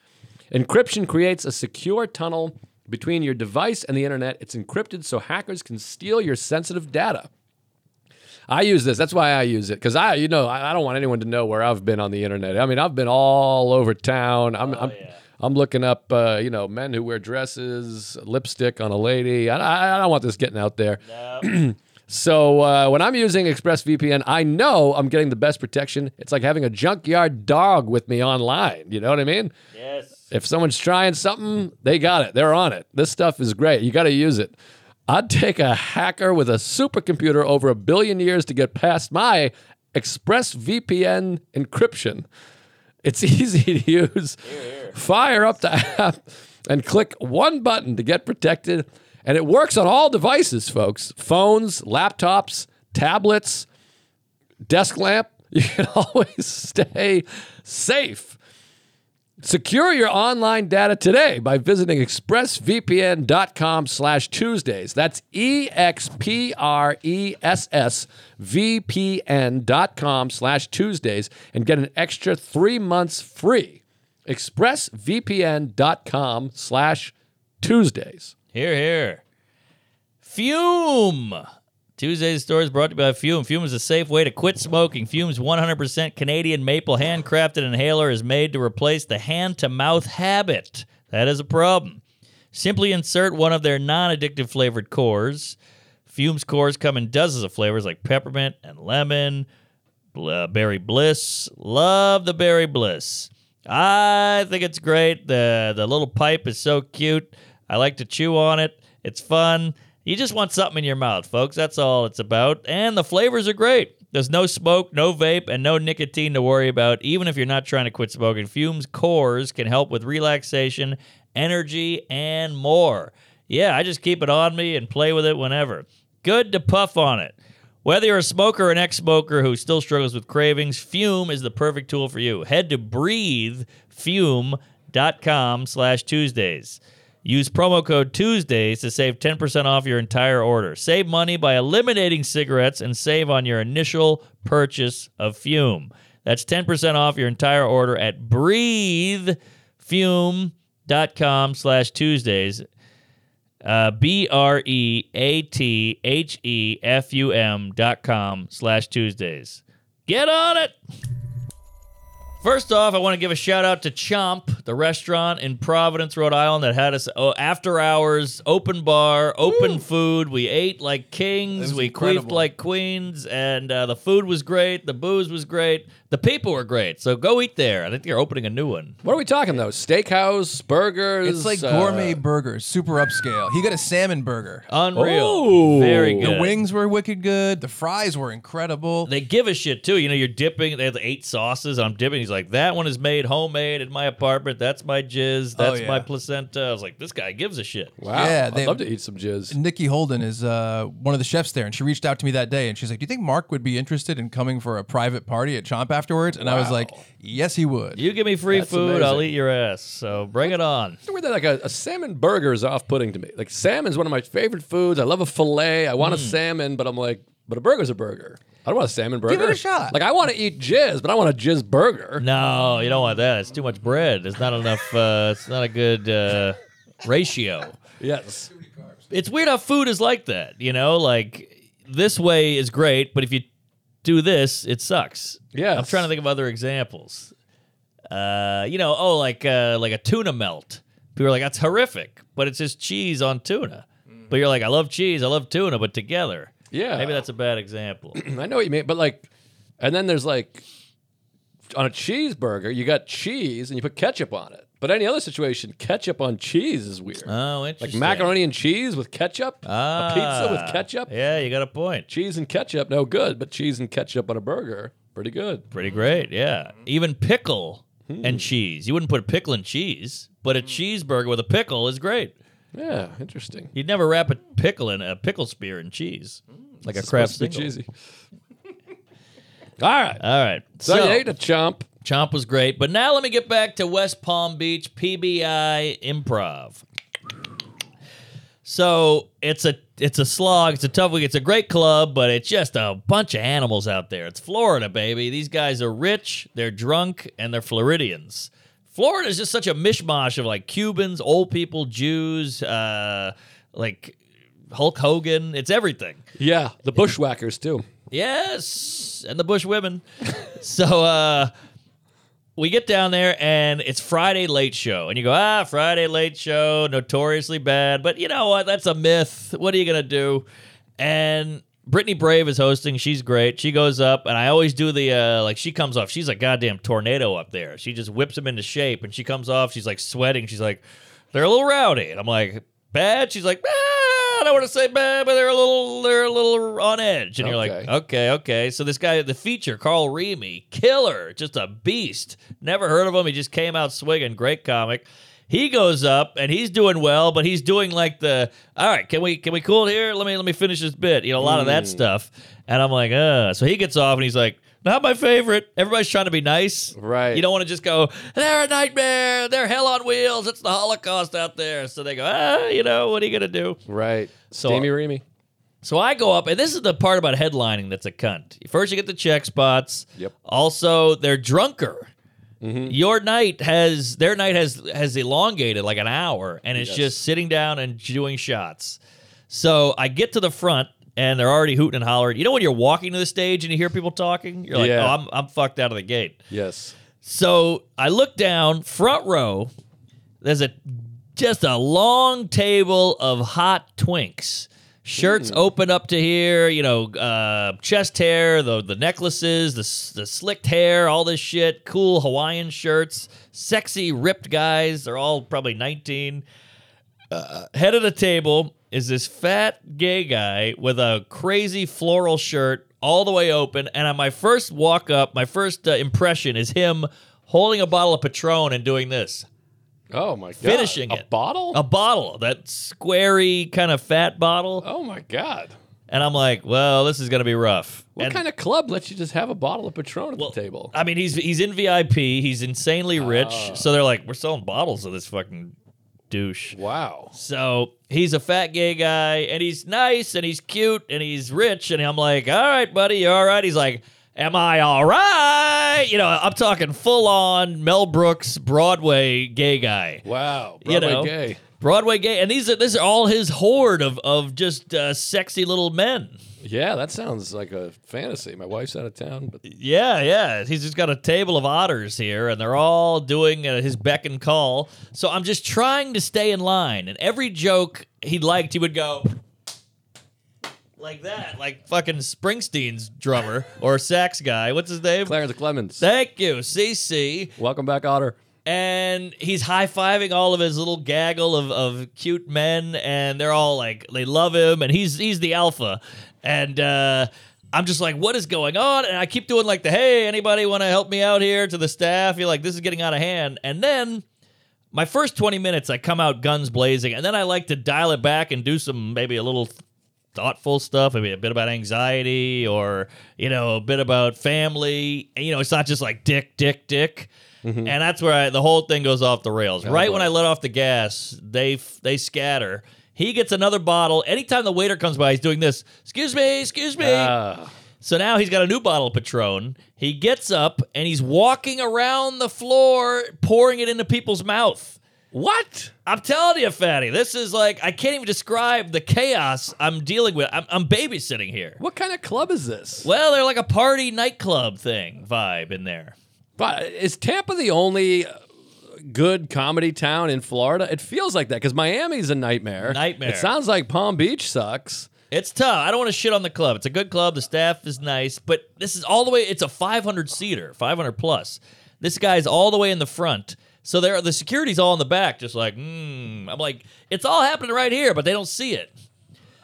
Speaker 3: Encryption creates a secure tunnel between your device and the internet. It's encrypted so hackers can steal your sensitive data. I use this. That's why I use it because I, you know, I, I don't want anyone to know where I've been on the internet. I mean, I've been all over town. I'm, I'm, I'm looking up, uh, you know, men who wear dresses, lipstick on a lady. I, I, I don't want this getting out there. So uh, when I'm using ExpressVPN, I know I'm getting the best protection. It's like having a junkyard dog with me online. You know what I mean?
Speaker 2: Yes.
Speaker 3: If someone's trying something, they got it. They're on it. This stuff is great. You got to use it. I'd take a hacker with a supercomputer over a billion years to get past my ExpressVPN encryption. It's easy to use. Fire up the app and click one button to get protected. And it works on all devices, folks phones, laptops, tablets, desk lamp. You can always stay safe. Secure your online data today by visiting expressvpn.com slash Tuesdays. That's E E-X-P-R-E-S-S-V-P-N dot com slash Tuesdays and get an extra three months free. expressvpn.com slash Tuesdays.
Speaker 2: Here, here. Fume. Tuesday's story is brought to you by Fume. Fume is a safe way to quit smoking. Fume's 100% Canadian maple handcrafted inhaler is made to replace the hand to mouth habit. That is a problem. Simply insert one of their non addictive flavored cores. Fume's cores come in dozens of flavors like peppermint and lemon, bl- uh, berry bliss. Love the berry bliss. I think it's great. The the little pipe is so cute. I like to chew on it. It's fun. You just want something in your mouth, folks. That's all it's about. And the flavors are great. There's no smoke, no vape, and no nicotine to worry about, even if you're not trying to quit smoking. Fumes cores can help with relaxation, energy, and more. Yeah, I just keep it on me and play with it whenever. Good to puff on it. Whether you're a smoker or an ex smoker who still struggles with cravings, Fume is the perfect tool for you. Head to breathefume.com slash Tuesdays. Use promo code Tuesdays to save 10% off your entire order. Save money by eliminating cigarettes and save on your initial purchase of Fume. That's 10% off your entire order at breathefume.com slash Tuesdays. Uh, B R E A T H E F U M dot com slash Tuesdays. Get on it! First off, I want to give a shout out to Chomp, the restaurant in Providence, Rhode Island, that had us oh, after hours, open bar, open food. We ate like
Speaker 4: That
Speaker 2: kings,
Speaker 4: was
Speaker 2: we
Speaker 4: incredible.
Speaker 2: queefed like queens, and uh, the food was great, the booze was great. The people were great, so go eat there. I think they're opening a new one.
Speaker 3: What are we talking though? Steakhouse, burgers.
Speaker 4: It's like
Speaker 3: uh,
Speaker 4: gourmet burgers, super upscale. He got a salmon burger.
Speaker 3: Oh,
Speaker 2: Unreal,
Speaker 3: Ooh.
Speaker 2: very
Speaker 3: The
Speaker 2: good.
Speaker 4: The wings were wicked good. The fries were incredible.
Speaker 2: They give a shit too. You know, you're dipping. They have eight sauces. I'm dipping. He's like, that one is made homemade in my apartment. That's my jizz.
Speaker 4: Oh,
Speaker 2: That's my
Speaker 4: yeah.
Speaker 2: placenta. I was like, this guy gives a shit.
Speaker 3: Wow.
Speaker 4: Yeah,
Speaker 3: I'd
Speaker 4: they-
Speaker 3: love to eat some jizz.
Speaker 4: Nikki Holden is uh, one of the chefs there, and she reached out to me that day, and she's like, "Do you think Mark would be interested in coming for a private party at Chomp afterwards?" And I was like, "Yes, he would."
Speaker 2: You give me free
Speaker 3: That's
Speaker 2: food, I'll
Speaker 3: amazing.
Speaker 2: eat your ass. So bring it on.
Speaker 3: It's weird that like a, a salmon burger is off-putting to me. Like salmon's one of my favorite foods. I love a fillet. I want a salmon, but I'm like, but a burger's a burger. I don't want a salmon burger.
Speaker 4: it a shot.
Speaker 3: Like I want to eat jizz, but I want a jizz burger.
Speaker 2: No, you don't want that. It's too much bread. It's not enough. Uh, it's not a good uh, ratio.
Speaker 3: Yes.
Speaker 2: It's weird how food is like that. You know, like this way is great, but if you do this, it sucks.
Speaker 3: Yes.
Speaker 2: I'm trying to think of other examples. Uh, you know, oh, like uh, like a tuna melt. People are like, that's horrific, but it's just cheese on tuna. But you're like, I love cheese, I love tuna, but together.
Speaker 3: Yeah.
Speaker 2: Maybe that's a bad example.
Speaker 3: I know what you mean, but like, and then there's like, on a cheeseburger, you got cheese and you put ketchup on it. But any other situation, ketchup on cheese is weird.
Speaker 2: oh,
Speaker 3: like
Speaker 2: interesting.
Speaker 3: macaroni and cheese with ketchup,
Speaker 2: Ah,
Speaker 3: a pizza with ketchup,
Speaker 2: Yeah, you got a point.
Speaker 3: cheese and ketchup, no good. But cheese and ketchup on a burger, pretty good.
Speaker 2: Pretty great, yeah.
Speaker 3: Mm-hmm.
Speaker 2: Even pickle
Speaker 3: Hmm.
Speaker 2: and cheese. You wouldn't put a pickle and cheese, but a cheeseburger with a pickle is great.
Speaker 3: Yeah, interesting.
Speaker 2: You'd never wrap a pickle in a pickle spear in cheese, like Mm, a crab
Speaker 3: Supposed to be
Speaker 2: single.
Speaker 3: cheesy. All right,
Speaker 2: All right,
Speaker 3: Uh, so,
Speaker 2: so,
Speaker 3: you ate a chomp.
Speaker 2: Chomp was great, but now let me get back to West Palm Beach PBI Improv. So it's a it's a slog. It's a tough week. It's a great club, but it's just a bunch of animals out there. It's Florida, baby. These guys are rich, they're drunk, and they're Floridians. Florida is just such a mishmash of like Cubans, old people, Jews, uh, like Hulk Hogan. It's everything.
Speaker 3: Yeah, the bushwhackers too.
Speaker 2: Yes, and the Bush women. so uh, we get down there, and it's Friday late show, and you go, ah, Friday late show, notoriously bad, but you know what? That's a myth. What are you gonna do? And Brittany Brave is hosting. She's great. She goes up, and I always do the uh, like. She comes off. She's a goddamn tornado up there. She just whips them into shape, and she comes off. She's like sweating. She's like, they're a little rowdy, and I'm like, bad. She's like, ah, I don't want to say bad, but they're a little, they're a little on edge, and you're like,
Speaker 3: Okay.
Speaker 2: Okay, okay. So this guy, the feature, Carl Remy, killer, just a beast. Never heard of him. He just came out swinging. Great comic. He goes up and he's doing well, but he's doing like the all right. Can we can we cool it here? Let me let me finish this bit. You know, a lot of that stuff. And I'm like, uh. So he gets off and he's like, not my favorite. Everybody's trying to be nice,
Speaker 3: Right.
Speaker 2: You don't want to just go. They're a nightmare. They're hell on wheels. It's the Holocaust out there. So they go, ah, you know, what are you gonna do?
Speaker 3: Right,
Speaker 2: So-
Speaker 3: steamy reamy.
Speaker 2: So I go up, and this is the part about headlining that's a cunt. First, you get the check spots.
Speaker 3: Yep. Mm-hmm.
Speaker 2: Also, they're drunker. Your night has their night has has elongated like an hour, and it's just sitting down and doing shots. So I get to the front, and they're already hooting and hollering. You know when you're walking to the stage and you hear people talking, you're like,
Speaker 3: Yeah.
Speaker 2: "Oh, I'm I'm fucked out of the gate."
Speaker 3: Yes.
Speaker 2: So I look down front row. There's a just a long table of hot twinks. Shirts open up to here, you know, uh, chest hair, the the necklaces, the s- the slicked hair, all this shit. Cool Hawaiian shirts, sexy ripped guys. They're all probably 19 head of the table is this fat gay guy with a crazy floral shirt all the way open and on my first walk up my first uh, impression is him holding a bottle of patron and doing this
Speaker 3: Oh my god.
Speaker 2: Finishing
Speaker 3: a
Speaker 2: it.
Speaker 3: bottle.
Speaker 2: a bottle that squarey kind of fat bottle
Speaker 3: oh my god.
Speaker 2: and i'm like well this is going to be rough
Speaker 3: What
Speaker 2: And-
Speaker 3: kind of club lets you just have a bottle of Ah. Patron at
Speaker 2: well,
Speaker 3: the table?
Speaker 2: i mean he's he's in vip he's insanely rich so they're like we're selling bottles of this fucking douche
Speaker 3: wow.
Speaker 2: So he's a fat gay guy, and he's nice, and he's cute, and he's rich. And I'm like, all right, buddy, you all right? He's like, am I all right? You know, I'm talking full on Mel Brooks Broadway gay guy.
Speaker 3: Wow. Broadway
Speaker 2: You know,
Speaker 3: gay.
Speaker 2: Broadway gay, and these are this is all his horde of of just uh, sexy little men.
Speaker 3: Yeah, that sounds like a fantasy. My wife's out of town, but
Speaker 2: Yeah, yeah. He's just got a table of otters here, and they're all doing uh, his beck and call. So I'm just trying to stay in line. And every joke he liked, he would go, like that, like fucking Springsteen's drummer or sax guy. What's his name?
Speaker 3: Clarence Clemens.
Speaker 2: Thank you, CC.
Speaker 3: Welcome back, Otter.
Speaker 2: And he's high fiving all of his little gaggle of, of cute men, and they're all like, they love him, and he's he's the alpha. And uh, I'm just like, what is going on? And I keep doing like the hey, anybody want to help me out here to the staff? You're like, this is getting out of hand. And then my first 20 minutes i come out guns blazing and then i like to dial it back and do some maybe a little thoughtful stuff maybe a bit about anxiety or you know a bit about family And, you know it's not just like dick dick dick and that's where I, the whole thing goes off the rails right when i let off the gas they f- they scatter he gets another bottle anytime the waiter comes by he's doing this excuse me excuse me
Speaker 3: Uh,
Speaker 2: so now he's got a new bottle of Patron. He gets up and he's walking around the floor, pouring it into people's mouth.
Speaker 3: what?
Speaker 2: I'm telling you, Fatty, this is like I can't even describe the chaos I'm dealing with. I'm, I'm babysitting here.
Speaker 3: What kind of club is this?
Speaker 2: Well, they're like a party nightclub thing vibe in there.
Speaker 3: But is Tampa the only uh, good comedy town in Florida? It feels like that because Miami's a nightmare.
Speaker 2: Nightmare.
Speaker 3: It sounds like Palm Beach sucks.
Speaker 2: It's tough. I don't want to shit on the club. It's a good club. The staff is nice, but this is all the way. It's a 500 seater, 500 plus. This guy's all the way in the front. So there, the security's all in the back, just like, mm. I'm like, it's all happening right here, but they don't see it.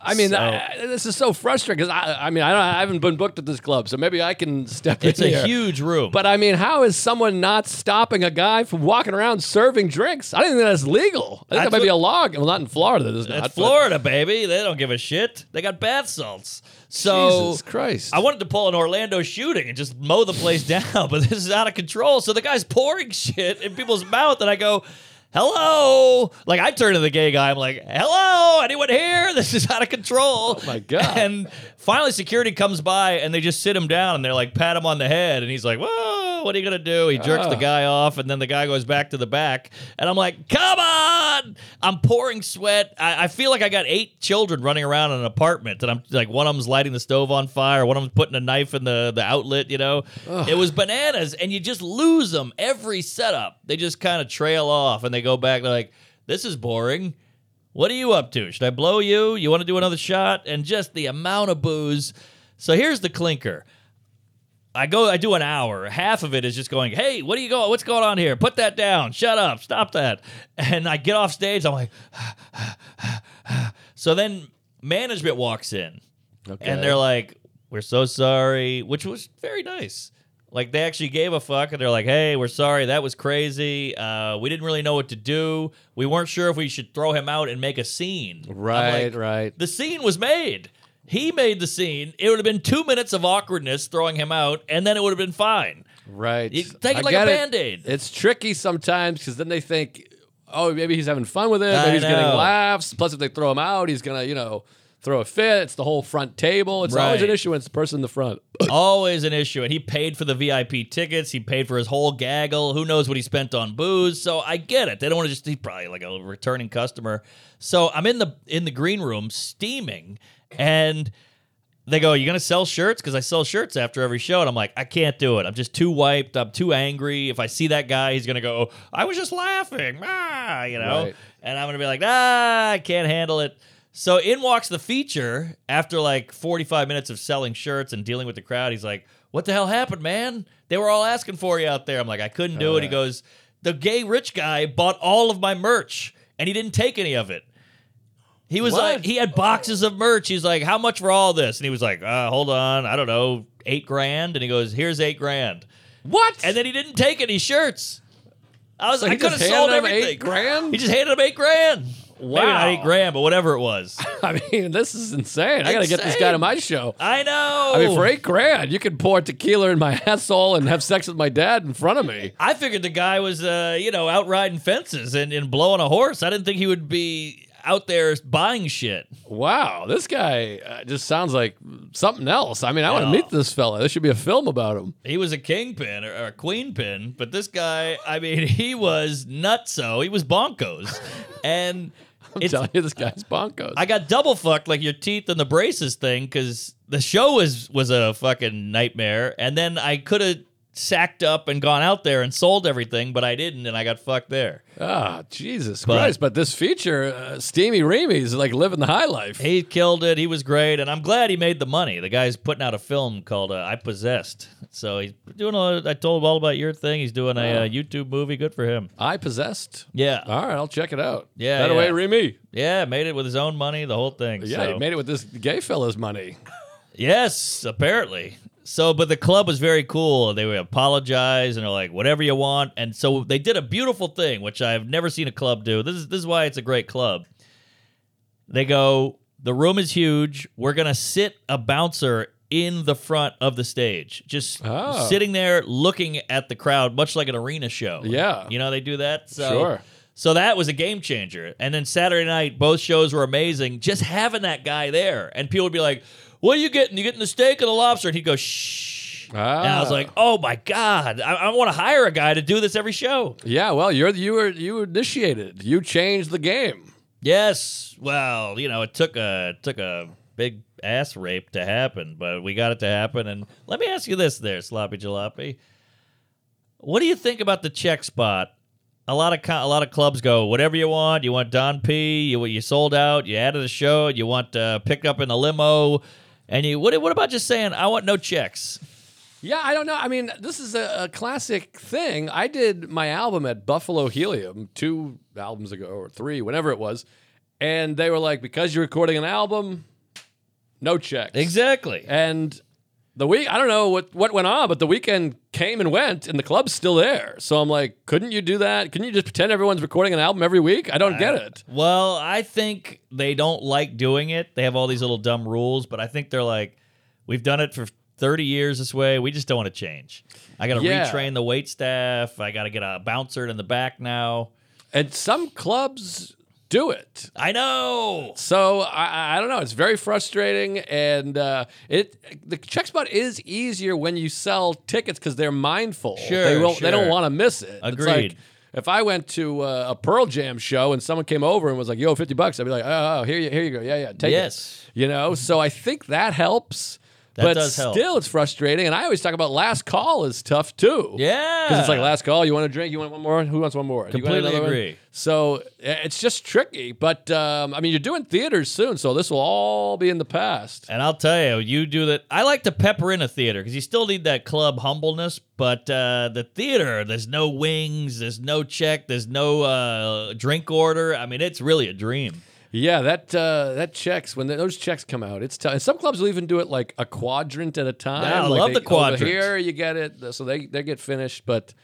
Speaker 3: I mean,
Speaker 2: So-
Speaker 3: I- I- this is so frustrating because I, I mean, I, don't, I haven't been booked at this club, so maybe I can step
Speaker 2: It's
Speaker 3: in
Speaker 2: a
Speaker 3: here.
Speaker 2: huge room.
Speaker 3: But I mean, how is someone not stopping a guy from walking around serving drinks? I don't think that's legal. I think
Speaker 2: That's
Speaker 3: that might be a
Speaker 2: what-
Speaker 3: law. Well, not in Florida. There's not.
Speaker 2: That's
Speaker 3: but-
Speaker 2: Florida, baby. They don't give a shit. They got bath salts. So
Speaker 3: Jesus Christ.
Speaker 2: I wanted to pull an Orlando shooting and just mow the place down, but this is out of control. So the guy's pouring shit in people's mouth, and I go, "Hello!" Like I turn to the gay guy, I'm like, "Hello, anyone here? This is out of control." Oh
Speaker 3: my God.
Speaker 2: And finally, security comes by and they just sit him down and they're like, pat him on the head, and he's like, "Whoa, what are you gonna do?" He jerks the
Speaker 3: Ah.
Speaker 2: guy off, and then the guy goes back to the back, and I'm like, "Come on!" I'm pouring sweat. I, I feel like I got eight children running around in an apartment, and I'm like, one of them's lighting the stove on fire, one of them's putting a knife in the the outlet. You know, it was bananas, and you just lose them every setup. They just kind of trail off, and they go back. They're like, "This is boring." What are you up to? Should I blow you? You want to do another shot? And just the amount of booze. So here's the clinker. I go, I do an hour. Half of it is just going, hey, what are you going? What's going on here? Put that down. Shut up. Stop that. And I get off stage. I'm like, so then management walks in and they're like, we're so sorry, which was very nice. Like they actually gave a fuck and they're like, hey, we're sorry. That was crazy. Uh, we didn't really know what to do. We weren't sure if we should throw him out and make a scene. I'm
Speaker 3: right,
Speaker 2: like,
Speaker 3: right.
Speaker 2: the scene was made. He made the scene. It would have been two minutes of awkwardness throwing him out, and then it would have been fine.
Speaker 3: Right.
Speaker 2: You take it
Speaker 3: I
Speaker 2: like a
Speaker 3: get
Speaker 2: Band-Aid.
Speaker 3: It's tricky sometimes because then they think, oh, maybe he's having fun with it.
Speaker 2: I
Speaker 3: Maybe he's getting
Speaker 2: know.
Speaker 3: laughs. Plus, if they throw him out, he's going to, you know, throw a fit. It's the whole front table. It's always an
Speaker 2: Right.
Speaker 3: issue when it's the person in the front.
Speaker 2: Always an issue. And he paid for the VIP tickets. He paid for his whole gaggle. Who knows what he spent on booze? So I get it. They don't want to just. He's probably like a returning customer. So I'm in the in the green room steaming, and they go, "You gonna sell shirts?" Because I sell shirts after every show, and I'm like, I can't do it. I'm just too wiped. I'm too angry. If I see that guy, he's gonna go, "Oh, "I was just laughing," ah, you know,
Speaker 3: Right.
Speaker 2: and I'm gonna be like, "Ah, I can't handle it." So in walks the feature after like 45 minutes of selling shirts and dealing with the crowd. He's like, "What the hell happened, man? They were all asking for you out there." I'm like, "I couldn't do it." He goes, "The gay rich guy bought all of my merch, and he didn't take any of it." He was
Speaker 3: What?
Speaker 2: like, he had boxes of merch. He's like, how much for all this? And he was like, uh, hold on, I don't know, eight grand. And he goes, here's eight grand.
Speaker 3: What?
Speaker 2: And then he didn't take any shirts. I was,
Speaker 3: So
Speaker 2: like, I
Speaker 3: he
Speaker 2: could
Speaker 3: just
Speaker 2: have
Speaker 3: handed
Speaker 2: sold
Speaker 3: him
Speaker 2: everything.
Speaker 3: eight grand?
Speaker 2: He just handed him eight grand. Maybe not
Speaker 3: Wow.
Speaker 2: eight grand, but whatever it was.
Speaker 3: I mean, this is insane. I got to get this guy to
Speaker 2: Insane. Oh.
Speaker 3: my show.
Speaker 2: I know.
Speaker 3: I mean, for eight grand, you could pour tequila in my asshole and have sex with my dad in front of me.
Speaker 2: I figured the guy was, uh, you know, out riding fences and, and blowing a horse. I didn't think he would be out there buying shit.
Speaker 3: Wow, this guy uh, just sounds like something else. I mean, I want to
Speaker 2: Yeah.
Speaker 3: meet this fella. There should be a film about him.
Speaker 2: He was a kingpin or, or a queenpin, but this guy, I mean, he was nutso. He was bonkos. And
Speaker 3: I'm
Speaker 2: it's,
Speaker 3: telling you, this guy's bonkers.
Speaker 2: I got double fucked like your teeth and the braces thing because the show was was a fucking nightmare. And then I could have sacked up and gone out there and sold everything, but I didn't, and I got fucked there.
Speaker 3: Ah, Jesus Christ! But this feature, uh, Steamy Reamy's like living the high life.
Speaker 2: He killed it. He was great, and I'm glad he made the money. The guy's putting out a film called uh, "I Possessed," so he's doing. A, I told him all about your thing. He's doing a uh, YouTube movie. Good for him.
Speaker 3: I possessed.
Speaker 2: Yeah,
Speaker 3: All right, I'll check it out.
Speaker 2: Yeah,
Speaker 3: that
Speaker 2: yeah.
Speaker 3: way, Remy.
Speaker 2: yeah, made it with his own money. The whole thing.
Speaker 3: Yeah,
Speaker 2: so.
Speaker 3: he made it with this gay fella's money.
Speaker 2: Yes, apparently. So, but the club was very cool. They would apologize and they're like, whatever you want. And so they did a beautiful thing, which I've never seen a club do. This is this is why it's a great club. They go, the room is huge. We're gonna sit a bouncer in the front of the stage, just
Speaker 3: Oh.
Speaker 2: sitting there looking at the crowd, much like an arena show.
Speaker 3: Yeah.
Speaker 2: you know they do that. So,
Speaker 3: Sure.
Speaker 2: So that was a game changer. And then Saturday night, both shows were amazing. Just having that guy there, and people would be like, "What are you getting? You getting the steak or the lobster?" And he'd go, "Shh." And I was
Speaker 3: Ah.
Speaker 2: like, "Oh my god, I, I want to hire a guy to do this every show."
Speaker 3: Yeah, well, you're you were you initiated. You changed the game.
Speaker 2: Yes. Well, you know, it took a it took a big ass rape to happen, but we got it to happen. And let me ask you this, there, sloppy jalopy. What do you think about the check spot? A lot of co- a lot of clubs go whatever you want. You want Don P. You you sold out. You added a show. You want uh, picked up in a limo. And you what what about just saying I want no checks?
Speaker 3: Yeah, I don't know. I mean, this is a, a classic thing. I did my album at Buffalo Helium two albums ago or three, whenever it was, and they were like, "Because you're recording an album, no checks."
Speaker 2: Exactly.
Speaker 3: And the week, I don't know what what went on, but the weekend came and went, and the club's still there. So I'm like, couldn't you do that? Couldn't you just pretend everyone's recording an album every week? I don't get it.
Speaker 2: Well, I think they don't like doing it. They have all these little dumb rules, but I think they're like, we've done it for 30 years this way. We just don't want to change. I got to
Speaker 3: Yeah.
Speaker 2: retrain the wait staff. I got to get a bouncer in the back now.
Speaker 3: And some clubs do it.
Speaker 2: I know.
Speaker 3: So I, I- I don't know. It's very frustrating, and uh, it the check spot is easier when you sell tickets because they're mindful.
Speaker 2: Sure,
Speaker 3: they will They
Speaker 2: sure.
Speaker 3: don't want to miss it. It's
Speaker 2: Agreed.
Speaker 3: like if I went to uh, a Pearl Jam show and someone came over and was like, "Yo, fifty bucks," I'd be like, "Oh, oh, here you here you go. Yeah, yeah, take
Speaker 2: Yes.
Speaker 3: it." You know. So I think that helps.
Speaker 2: Mm-hmm. That
Speaker 3: but
Speaker 2: does help.
Speaker 3: still, it's frustrating. And I always talk about last call is tough too.
Speaker 2: Yeah.
Speaker 3: Because it's like last call. You want a drink? You want one more? Who wants one more? You want
Speaker 2: Completely
Speaker 3: another one?
Speaker 2: agree.
Speaker 3: So i- it's just tricky. But um, I mean, you're doing theaters soon, so this will all be in the past.
Speaker 2: And I'll tell you, you do that. I like to pepper in a theater because you still need that club humbleness. But uh, the theater, there's no wings, there's no check, there's no uh, drink order. I mean, it's really a dream.
Speaker 3: Yeah, that uh, that checks when those checks come out. It's tough. And some clubs will even do it like a quadrant at a time.
Speaker 2: Yeah, I
Speaker 3: Like,
Speaker 2: love
Speaker 3: they-
Speaker 2: the
Speaker 3: over
Speaker 2: quadrant.
Speaker 3: Here you get it, so they they get finished. But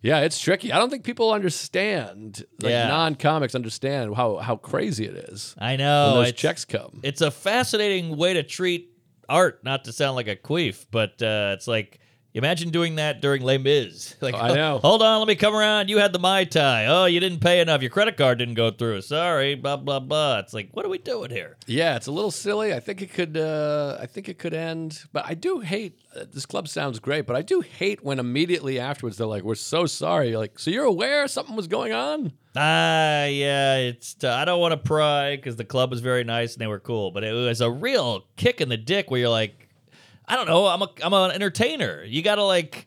Speaker 3: yeah, it's tricky. I don't think people understand. Like
Speaker 2: Yeah.
Speaker 3: non comics understand how how crazy it is
Speaker 2: I
Speaker 3: when
Speaker 2: know.
Speaker 3: those
Speaker 2: Oh, it's-
Speaker 3: checks come.
Speaker 2: it's a fascinating way to treat art. Not to sound like a queef, but uh, it's like imagine doing that during Les Mis. Like,
Speaker 3: Oh, I know.
Speaker 2: Hold on, let me come around. You had the mai tai. Oh, you didn't pay enough. Your credit card didn't go through. Sorry. Blah blah blah. It's like, what are we doing here?
Speaker 3: Yeah, it's a little silly. I think it could. Uh, I think it could end. But I do hate. Uh, this club sounds great, but I do hate when immediately afterwards they're like, "We're so sorry." You're like, so you're aware something was going on?
Speaker 2: Ah, yeah. It's. T- I don't want to pry because the club was very nice and they were cool, but it was a real kick in the dick where you're like, I don't know. I'm a. I'm an entertainer. You gotta like.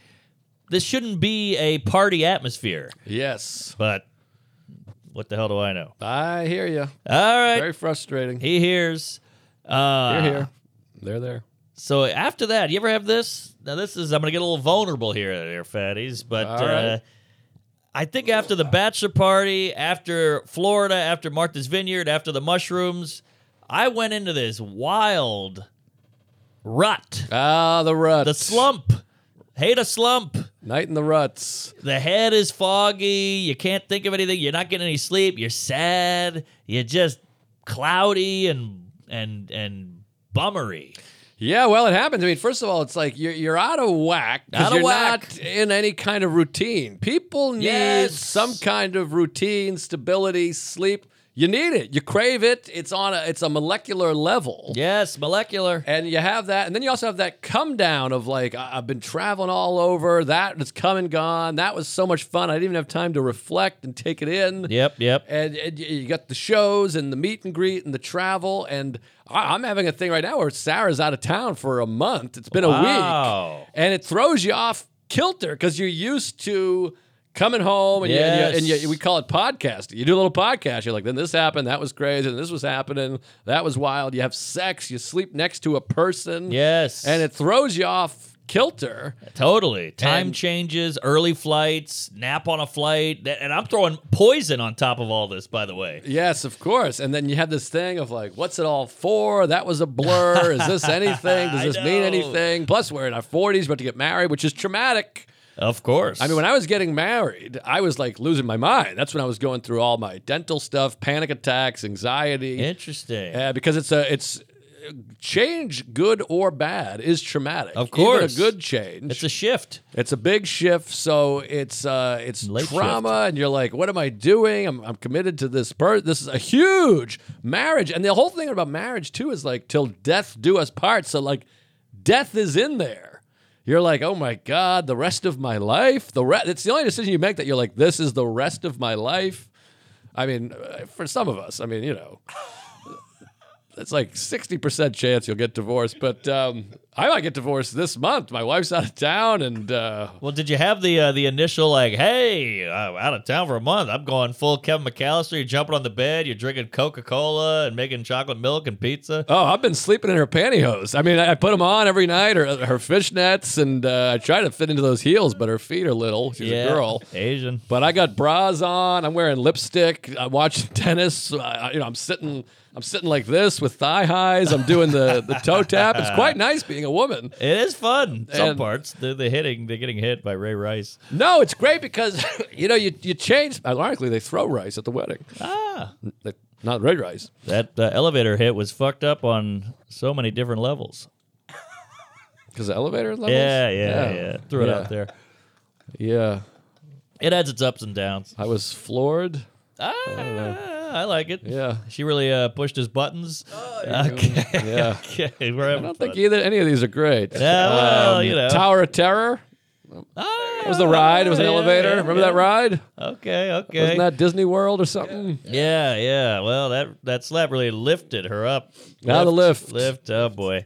Speaker 2: This shouldn't be a party atmosphere.
Speaker 3: Yes,
Speaker 2: but what the hell do I know?
Speaker 3: I hear you.
Speaker 2: All right,
Speaker 3: Very frustrating.
Speaker 2: he hears. Uh,
Speaker 3: You're here. They're there.
Speaker 2: So after that, you ever have this? Now this is I'm gonna get a little vulnerable here, there, fatties. But
Speaker 3: All
Speaker 2: uh,
Speaker 3: right.
Speaker 2: I think after the bachelor party, after Florida, after Martha's Vineyard, after the mushrooms, I went into this wild rut,
Speaker 3: Ah, the ruts.
Speaker 2: the slump. Hate a slump.
Speaker 3: Night in the ruts.
Speaker 2: The head is foggy. You can't think of anything. You're not getting any sleep. You're sad. You're just cloudy and and and bummery.
Speaker 3: Yeah, well, it happens. I mean, first of all, it's like you're, you're out of whack. 'cause
Speaker 2: Out of
Speaker 3: you're
Speaker 2: whack.
Speaker 3: Not in any kind of routine. People need
Speaker 2: Yes.
Speaker 3: some kind of routine, stability, sleep. You need it. You crave it. It's on a it's a molecular level.
Speaker 2: Yes, molecular.
Speaker 3: And you have that, and then you also have that come down of like I- I've been traveling all over. That was come and gone. That was so much fun. I didn't even have time to reflect and take it in.
Speaker 2: Yep, yep.
Speaker 3: and, and y- you got the shows and the meet and greet and the travel and I- i'm having a thing right now where sarah's out of town for a month it's been a
Speaker 2: Wow.
Speaker 3: week and it throws you off kilter because you're used to coming home and, you, and, you, and you,
Speaker 2: Yes.
Speaker 3: we call it podcasting. You do a little podcast. You're like, then this happened. That was crazy. And this was happening. That was wild. You have sex. You sleep next to a person.
Speaker 2: Yes.
Speaker 3: And it throws you off kilter.
Speaker 2: Totally. Time
Speaker 3: And-
Speaker 2: changes, early flights, nap on a flight. That, and I'm throwing poison on top of all this, by the way.
Speaker 3: Yes, of course. And then you have this thing of like, what's it all for? That was a blur. Is this anything? Does
Speaker 2: I
Speaker 3: this mean
Speaker 2: know.
Speaker 3: anything? Plus, we're in our 40s, about to get married, which is traumatic.
Speaker 2: Of course.
Speaker 3: I mean, when I was getting married, I was like losing my mind. That's when I was going through all my dental stuff, panic attacks, anxiety.
Speaker 2: Interesting.
Speaker 3: Yeah, because it's a it's change, good or bad, is traumatic.
Speaker 2: Of
Speaker 3: Even a
Speaker 2: course.
Speaker 3: good change.
Speaker 2: it's a shift.
Speaker 3: It's a big shift, so it's uh, it's
Speaker 2: Late
Speaker 3: trauma, and you're like, what am I doing? I'm, I'm committed to this person. This is a huge marriage, and the whole thing about marriage too is like, till death do us part. So like, death is in there. You're like, oh my god, the rest of my life. The re- it's the only decision you make that you're like, this is the rest of my life. I mean, uh, for some of us, I mean, you know, it's like sixty percent chance you'll get divorced, but um, I might get divorced this month. My wife's out of town, and. Uh,
Speaker 2: Well, did you have the uh, the initial like, hey, I'm out of town for a month. I'm going full Kevin McAllister. You're jumping on the bed. You're drinking Coca Cola and making chocolate milk and pizza.
Speaker 3: Oh, I've been sleeping in her pantyhose. I mean, I, I put them on every night, or her fishnets, and uh, I try to fit into those heels, but her feet are little. She's a girl.
Speaker 2: Asian.
Speaker 3: But I got bras on. I'm wearing lipstick. I watch tennis. I, I- you know, I'm sitting. I'm sitting like this with thigh highs. I'm doing the the toe tap. It's quite nice being a woman.
Speaker 2: It is fun. Some
Speaker 3: And-
Speaker 2: parts. They're, they're hitting. They're getting hit by Ray Rice.
Speaker 3: No, it's great because you know you you change. Ironically, they throw rice at the wedding.
Speaker 2: Ah.
Speaker 3: They- Not red rice.
Speaker 2: That uh, elevator hit was fucked up on so many different levels.
Speaker 3: Because elevator levels?
Speaker 2: Yeah, yeah, yeah. Threw it
Speaker 3: Yeah.
Speaker 2: out there.
Speaker 3: Yeah.
Speaker 2: It has its ups and downs.
Speaker 3: I was floored.
Speaker 2: Ah, I, like it.
Speaker 3: Yeah. Oh,
Speaker 2: She really uh, pushed his buttons.
Speaker 3: Yeah.
Speaker 2: Okay, we're having
Speaker 3: I don't
Speaker 2: fun.
Speaker 3: think Um, either any of these are great.
Speaker 2: Yeah, well, you know.
Speaker 3: Tower of Terror
Speaker 2: Ah,
Speaker 3: was the ride. It was an
Speaker 2: yeah,
Speaker 3: elevator.
Speaker 2: yeah,
Speaker 3: Remember
Speaker 2: yeah.
Speaker 3: that ride?
Speaker 2: Okay, okay.
Speaker 3: Wasn't that Disney World or something?
Speaker 2: yeah, yeah. Well, that that slap really lifted her up.
Speaker 3: Now the lift.
Speaker 2: Lift. Oh, boy.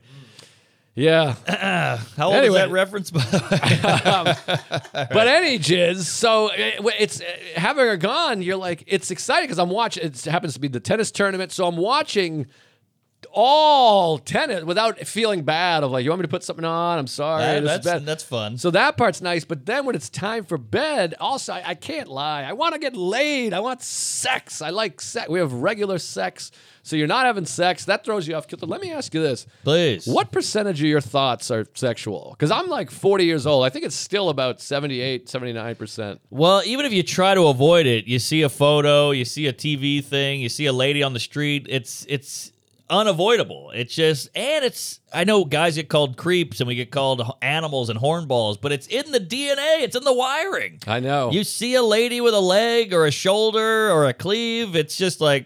Speaker 3: Yeah.
Speaker 2: How old
Speaker 3: Anyway.
Speaker 2: is that reference, by the way?
Speaker 3: But any jizz. So it- it's eh, having her gone. You're like it's exciting because I'm watching. It happens to be the tennis tournament, so I'm watching all tennis without feeling bad. Of like, you want me to put something on? I'm sorry.
Speaker 2: That-
Speaker 3: this is
Speaker 2: that's,
Speaker 3: bad."
Speaker 2: that's fun.
Speaker 3: So that part's nice, but then when it's time for bed, also I, I can't lie. I want to get laid. I want sex. I like sex. We have regular sex, so you're not having sex. That throws you off kilter. Let me ask you this:
Speaker 2: Please.
Speaker 3: What percentage of your thoughts are sexual? Because I'm like 40 years old. I think it's still about 78, 79 percent.
Speaker 2: Well, even if you try to avoid it, you see a photo, you see a TV thing, you see a lady on the street. It's it's unavoidable. It's just and it's I know guys get called creeps and we get called h- animals and hornballs, but it's in the DNA. It's in the wiring.
Speaker 3: I know.
Speaker 2: You see a lady with a leg or a shoulder or a cleave, it's just like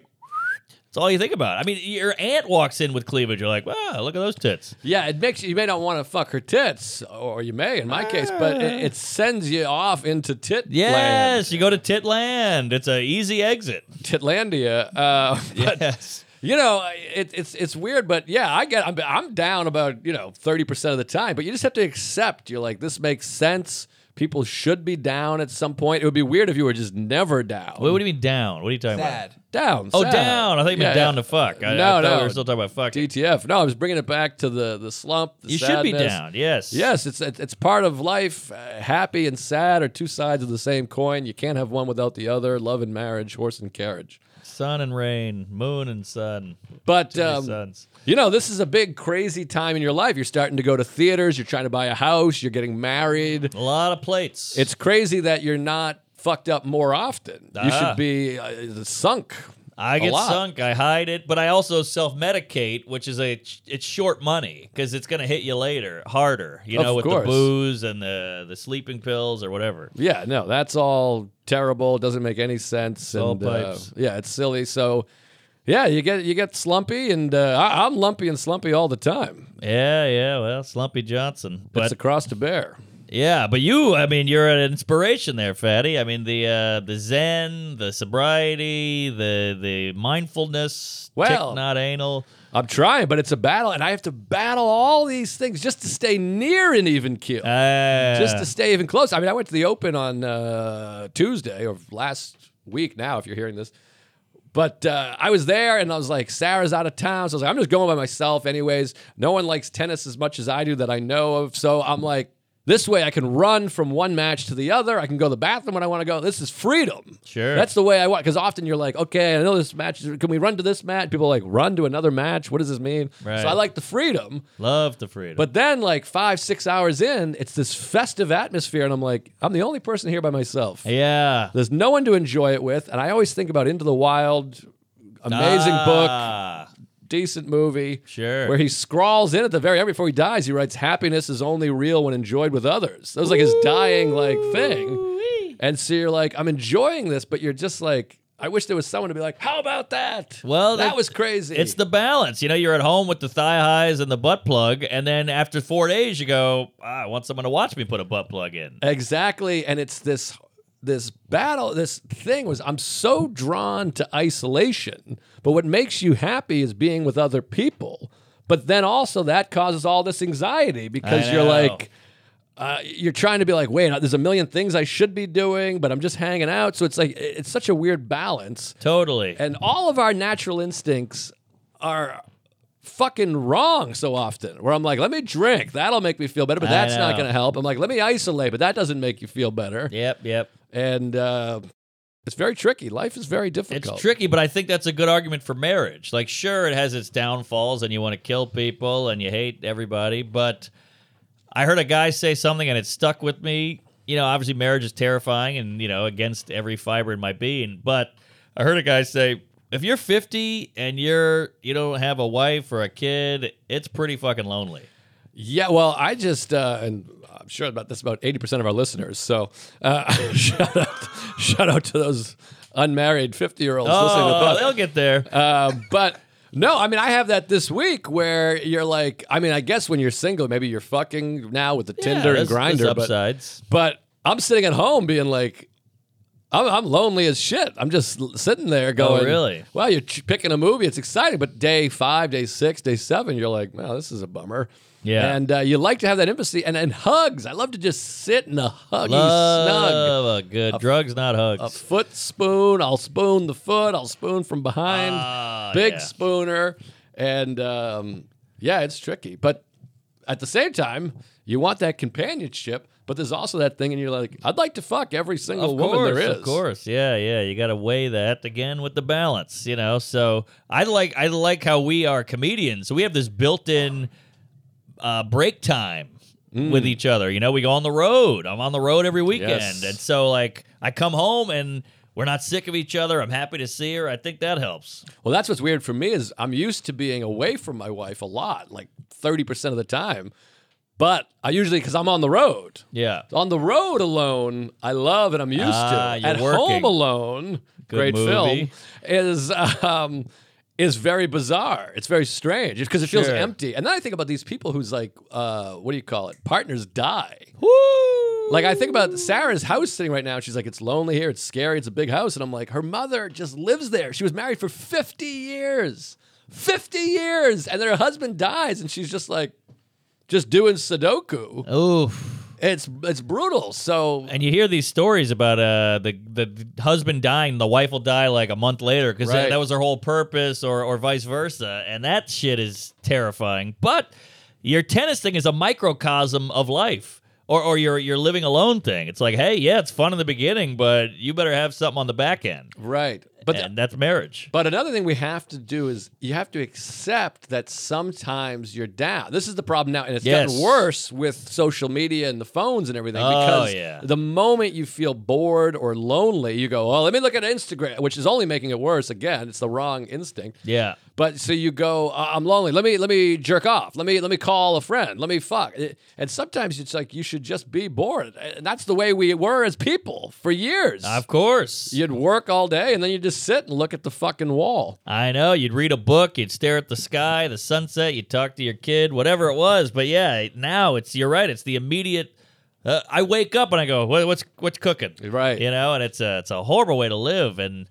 Speaker 2: it's all you think about. I mean, your aunt walks in with cleavage. You're like, wow, look at those tits.
Speaker 3: yeah, it makes you. You may not want to fuck her tits, or you may, in my case, but it, it sends you off into tit.
Speaker 2: Yes,
Speaker 3: land,
Speaker 2: you go to Titland. It's an easy exit.
Speaker 3: Titlandia. Uh, but-
Speaker 2: Yes.
Speaker 3: You know, it, it's it's weird, but yeah, I get I'm, I'm down about you know thirty percent of the time, but you just have to accept. You're like, this makes sense. People should be down at some point. It would be weird if you were just never down.
Speaker 2: What, what do you mean down? What are you talking about?
Speaker 4: Sad.
Speaker 3: down?
Speaker 2: Oh,
Speaker 3: sad.
Speaker 2: down. I thought you meant
Speaker 3: Yeah,
Speaker 2: down
Speaker 3: yeah.
Speaker 2: to fuck. I, I
Speaker 3: No,
Speaker 2: thought
Speaker 3: no.
Speaker 2: We were still talking about fuck.
Speaker 3: DTF. No, I was bringing it back to the the slump. The
Speaker 2: you should be
Speaker 3: sadness.
Speaker 2: down. Yes.
Speaker 3: Yes, it's it's it's part of life. Uh, happy and sad are two sides of the same coin. You can't have one without the other. Love and marriage, horse and carriage.
Speaker 2: Sun and rain, moon and sun.
Speaker 3: But
Speaker 2: Three
Speaker 3: um,
Speaker 2: suns.
Speaker 3: You know, this is a big, crazy time in your life. You're starting to go to theaters, you're trying to buy a house, you're getting married.
Speaker 2: A lot of plates.
Speaker 3: It's crazy that you're not fucked up more often. You
Speaker 2: Ah.
Speaker 3: should be uh, sunk.
Speaker 2: I
Speaker 3: a
Speaker 2: get
Speaker 3: lot.
Speaker 2: sunk. I hide it, but I also self medicate, which is a it's short money because it's gonna hit you later, harder. You
Speaker 3: Of
Speaker 2: know, with
Speaker 3: course.
Speaker 2: the booze and the the sleeping pills or whatever.
Speaker 3: Yeah, no, that's all terrible. It doesn't make any sense.
Speaker 2: all
Speaker 3: And, uh,
Speaker 2: pipes.
Speaker 3: yeah, it's silly. So, yeah, you get you get slumpy, and uh, I, I'm lumpy and slumpy all the time.
Speaker 2: Yeah, yeah. Well, Slumpy Johnson,
Speaker 3: it's
Speaker 2: but
Speaker 3: across to bear.
Speaker 2: Yeah, but you, I mean, you're an inspiration there, Fatty. I mean, the uh, the Zen, the sobriety, the the mindfulness,
Speaker 3: Well-
Speaker 2: tick, not anal.
Speaker 3: I'm trying, but it's a battle, and I have to battle all these things just to stay near an even keel.
Speaker 2: Uh,
Speaker 3: just to stay even close. I mean, I went to the Open on uh, Tuesday or last week now, if you're hearing this. But uh, I was there and I was like, Sarah's out of town. So I was like, I'm just going by myself, anyways. No one likes tennis as much as I do that I know of. So I'm like, this way I can run from one match to the other. I can go to the bathroom when I want to go. This is freedom.
Speaker 2: Sure.
Speaker 3: That's the way I want. Because often you're like, okay, I know this match. is- Can we run to this match? People are like, run to another match. What does this mean?
Speaker 2: Right.
Speaker 3: So I like the freedom.
Speaker 2: love the freedom.
Speaker 3: But then, like five, six hours in, it's this festive atmosphere, and I'm like, I'm the only person here by myself.
Speaker 2: yeah,
Speaker 3: There's no one to enjoy it with, and I always think about Into the Wild, amazing book,
Speaker 2: book.
Speaker 3: decent movie.
Speaker 2: Ah. Sure.
Speaker 3: Where he scrawls in at the very end before he dies, he writes, "Happiness is only real when enjoyed with others." That was like his dying like thing. And so you're like, I'm enjoying this, but you're just like, I wish there was someone to be like, "How about that?"
Speaker 2: Well,
Speaker 3: that
Speaker 2: that's-
Speaker 3: was crazy.
Speaker 2: It's the balance. You know, you're at home with the thigh highs and the butt plug, and then after four days, you go, ah, I want someone to watch me put a butt plug in.
Speaker 3: Exactly, and it's this this battle. This thing was I'm so drawn to isolation, but what makes you happy is being with other people. But then also that causes all this anxiety because
Speaker 2: I
Speaker 3: you're
Speaker 2: know.
Speaker 3: like. Uh, you're trying to be like, wait, there's a million things I should be doing, but I'm just hanging out. So it's like, it's such a weird balance.
Speaker 2: Totally.
Speaker 3: And all of our natural instincts are fucking wrong so often. Where I'm like, let me drink. That'll make me feel better, but
Speaker 2: I
Speaker 3: that's not
Speaker 2: know.
Speaker 3: going to help. I'm like, let me isolate, but that doesn't make you feel better.
Speaker 2: Yep, yep.
Speaker 3: And uh, it's very tricky. Life is very
Speaker 2: It's
Speaker 3: difficult.
Speaker 2: tricky, but I think that's a good argument for marriage. Like, sure, it has its downfalls, and you want to kill people and you hate everybody. But I heard a guy say something, and it stuck with me. You know, obviously, marriage is terrifying, and you know, against every fiber in my being. But I heard a guy say, if you're 50 and you're you don't have a wife or a kid, it's pretty fucking lonely.
Speaker 3: Yeah, well, I just uh, and I'm sure about this about 80% of our listeners. So uh, shout out, shout out to those unmarried 50 year olds listening to the
Speaker 2: Oh,
Speaker 3: podcast.
Speaker 2: they'll get there.
Speaker 3: Uh, but no, I mean, I have that this week where you're like, I mean, I guess when you're single, maybe you're fucking now with the
Speaker 2: Yeah,
Speaker 3: Tinder
Speaker 2: there's-
Speaker 3: and Grinder,
Speaker 2: there's
Speaker 3: but
Speaker 2: upsides.
Speaker 3: but I'm sitting at home being like. I'm, I'm lonely as shit. I'm just l- sitting there going,
Speaker 2: Oh, really?
Speaker 3: Well, you're ch- picking a movie. It's exciting, but day five, day six, day seven, you're like, wow, this is a bummer.
Speaker 2: Yeah.
Speaker 3: And uh, you like to have that empathy and, and hugs. I love to just sit in a huggy, snug
Speaker 2: Love a good drugs, not hugs.
Speaker 3: a foot spoon. I'll spoon the foot. I'll spoon from behind.
Speaker 2: Ah,
Speaker 3: Big
Speaker 2: yeah.
Speaker 3: spooner. And um, yeah, it's tricky. But at the same time, you want that companionship. But there's also that thing, and you're like, I'd like to fuck every single
Speaker 2: of
Speaker 3: woman
Speaker 2: course,
Speaker 3: there is.
Speaker 2: Of course, yeah, yeah. You got to weigh that again with the balance, you know. So I like I like how we are comedians. So we have this built-in uh, break time with each other. You know, we go on the road. I'm on the road every weekend,
Speaker 3: Yes.
Speaker 2: and so like I come home and. We're not sick of each other. I'm happy to see her. I think that helps.
Speaker 3: Well, that's what's weird for me is I'm used to being away from my wife a lot, like 30% of the time. But I usually, because I'm on the road.
Speaker 2: Yeah.
Speaker 3: On the road alone, I love and I'm used
Speaker 2: Ah,
Speaker 3: to.
Speaker 2: you're
Speaker 3: At home
Speaker 2: working.
Speaker 3: alone, great
Speaker 2: movie.
Speaker 3: film is um, is very bizarre. It's very strange because it feels
Speaker 2: Sure.
Speaker 3: empty. And then I think about these people who's like, uh, what do you call it? Partners die. Like I think about Sarah's house sitting right now. She's like, it's lonely here. It's scary. It's a big house. And I'm like, her mother just lives there. She was married for 50 years, 50 years, and then her husband dies, and she's just like, just doing Sudoku.
Speaker 2: Oof.
Speaker 3: It's it's brutal. So
Speaker 2: And you hear these stories about uh, the the husband dying, the wife will die like a month later because
Speaker 3: Right.
Speaker 2: that, that was her whole purpose, or or vice versa. And that shit is terrifying. But your tennis thing is a microcosm of life, or or your your living alone thing. It's like, hey, yeah, it's fun in the beginning, but you better have something on the back end,
Speaker 3: right, but
Speaker 2: and that's marriage.
Speaker 3: but another thing we have to do is you have to accept that sometimes you're down. This is the problem now, and it's gotten
Speaker 2: Yes.
Speaker 3: worse with social media and the phones and everything.
Speaker 2: Oh,
Speaker 3: because
Speaker 2: yeah.
Speaker 3: the moment you feel bored or lonely, you go, "Oh, let me look at Instagram," which is only making it worse. Again, it's the wrong instinct.
Speaker 2: Yeah,
Speaker 3: But so you go, "Uh, I'm lonely. Let me let me jerk off. Let me let me call a friend. Let me fuck. It- And sometimes it's like you should just be bored, and that's the way we were as people for years.
Speaker 2: of course.
Speaker 3: You'd work all day and then you just sit and look at the fucking wall.
Speaker 2: I know. You'd read a book, you'd stare at the sky, the sunset, you'd talk to your kid, whatever it was. But yeah, now it's, you're right, it's the immediate uh, I wake up and I go, what, what's what's cooking?
Speaker 3: Right.
Speaker 2: You know, and it's a it's a horrible way to live. And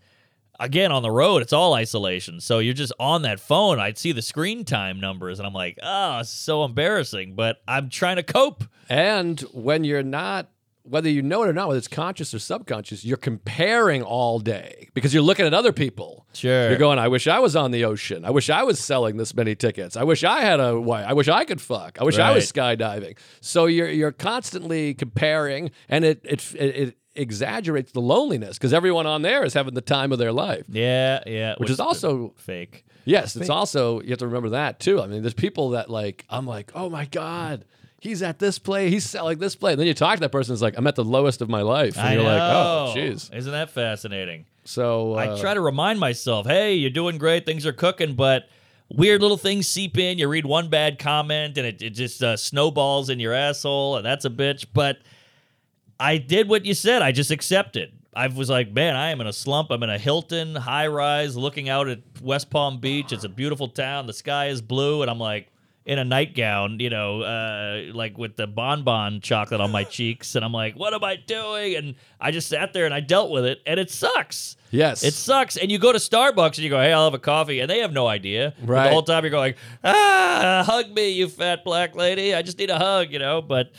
Speaker 2: again, on the road, it's all isolation. So you're just on that phone. I'd see the screen time numbers, and I'm like, oh, it's so embarrassing. But I'm trying to cope.
Speaker 3: And when you're not, whether you know it or not, whether it's conscious or subconscious, you're comparing all day because you're looking at other people.
Speaker 2: Sure.
Speaker 3: You're going, I wish I was on the ocean. I wish I was selling this many tickets. I wish I had a wife. I wish I could fuck. I wish I was skydiving. So you're you're constantly comparing, and it it it, it exaggerates the loneliness because everyone on there is having the time of their life.
Speaker 2: Yeah, yeah.
Speaker 3: Which is also
Speaker 2: fake.
Speaker 3: Yes, it's also you have to remember that too. I mean, there's people that like I'm like, oh my god, he's at this play, he's selling this play, and then you talk to that person, it's like I'm at the lowest of my life, and
Speaker 2: I
Speaker 3: you're like, oh,
Speaker 2: know.
Speaker 3: jeez.
Speaker 2: Isn't that fascinating?
Speaker 3: So uh,
Speaker 2: I try to remind myself, hey, you're doing great, things are cooking, but weird little things seep in. You read one bad comment and it, it just uh, snowballs in your asshole, and that's a bitch. But I did what you said, I just accepted. I was like, man, I am in a slump. I'm in a Hilton high rise looking out at West Palm Beach. It's a beautiful town. The sky is blue. And I'm like, in a nightgown, you know, uh, like with the bonbon chocolate on my cheeks. And I'm like, what am I doing? And I just sat there and I dealt with it. And it sucks.
Speaker 3: yes,
Speaker 2: It sucks. And you go to Starbucks and you go, hey, I'll have a coffee. And they have no idea. But
Speaker 3: Right.
Speaker 2: The whole time you're going, ah, hug me, you fat black lady. I just need a hug, you know. But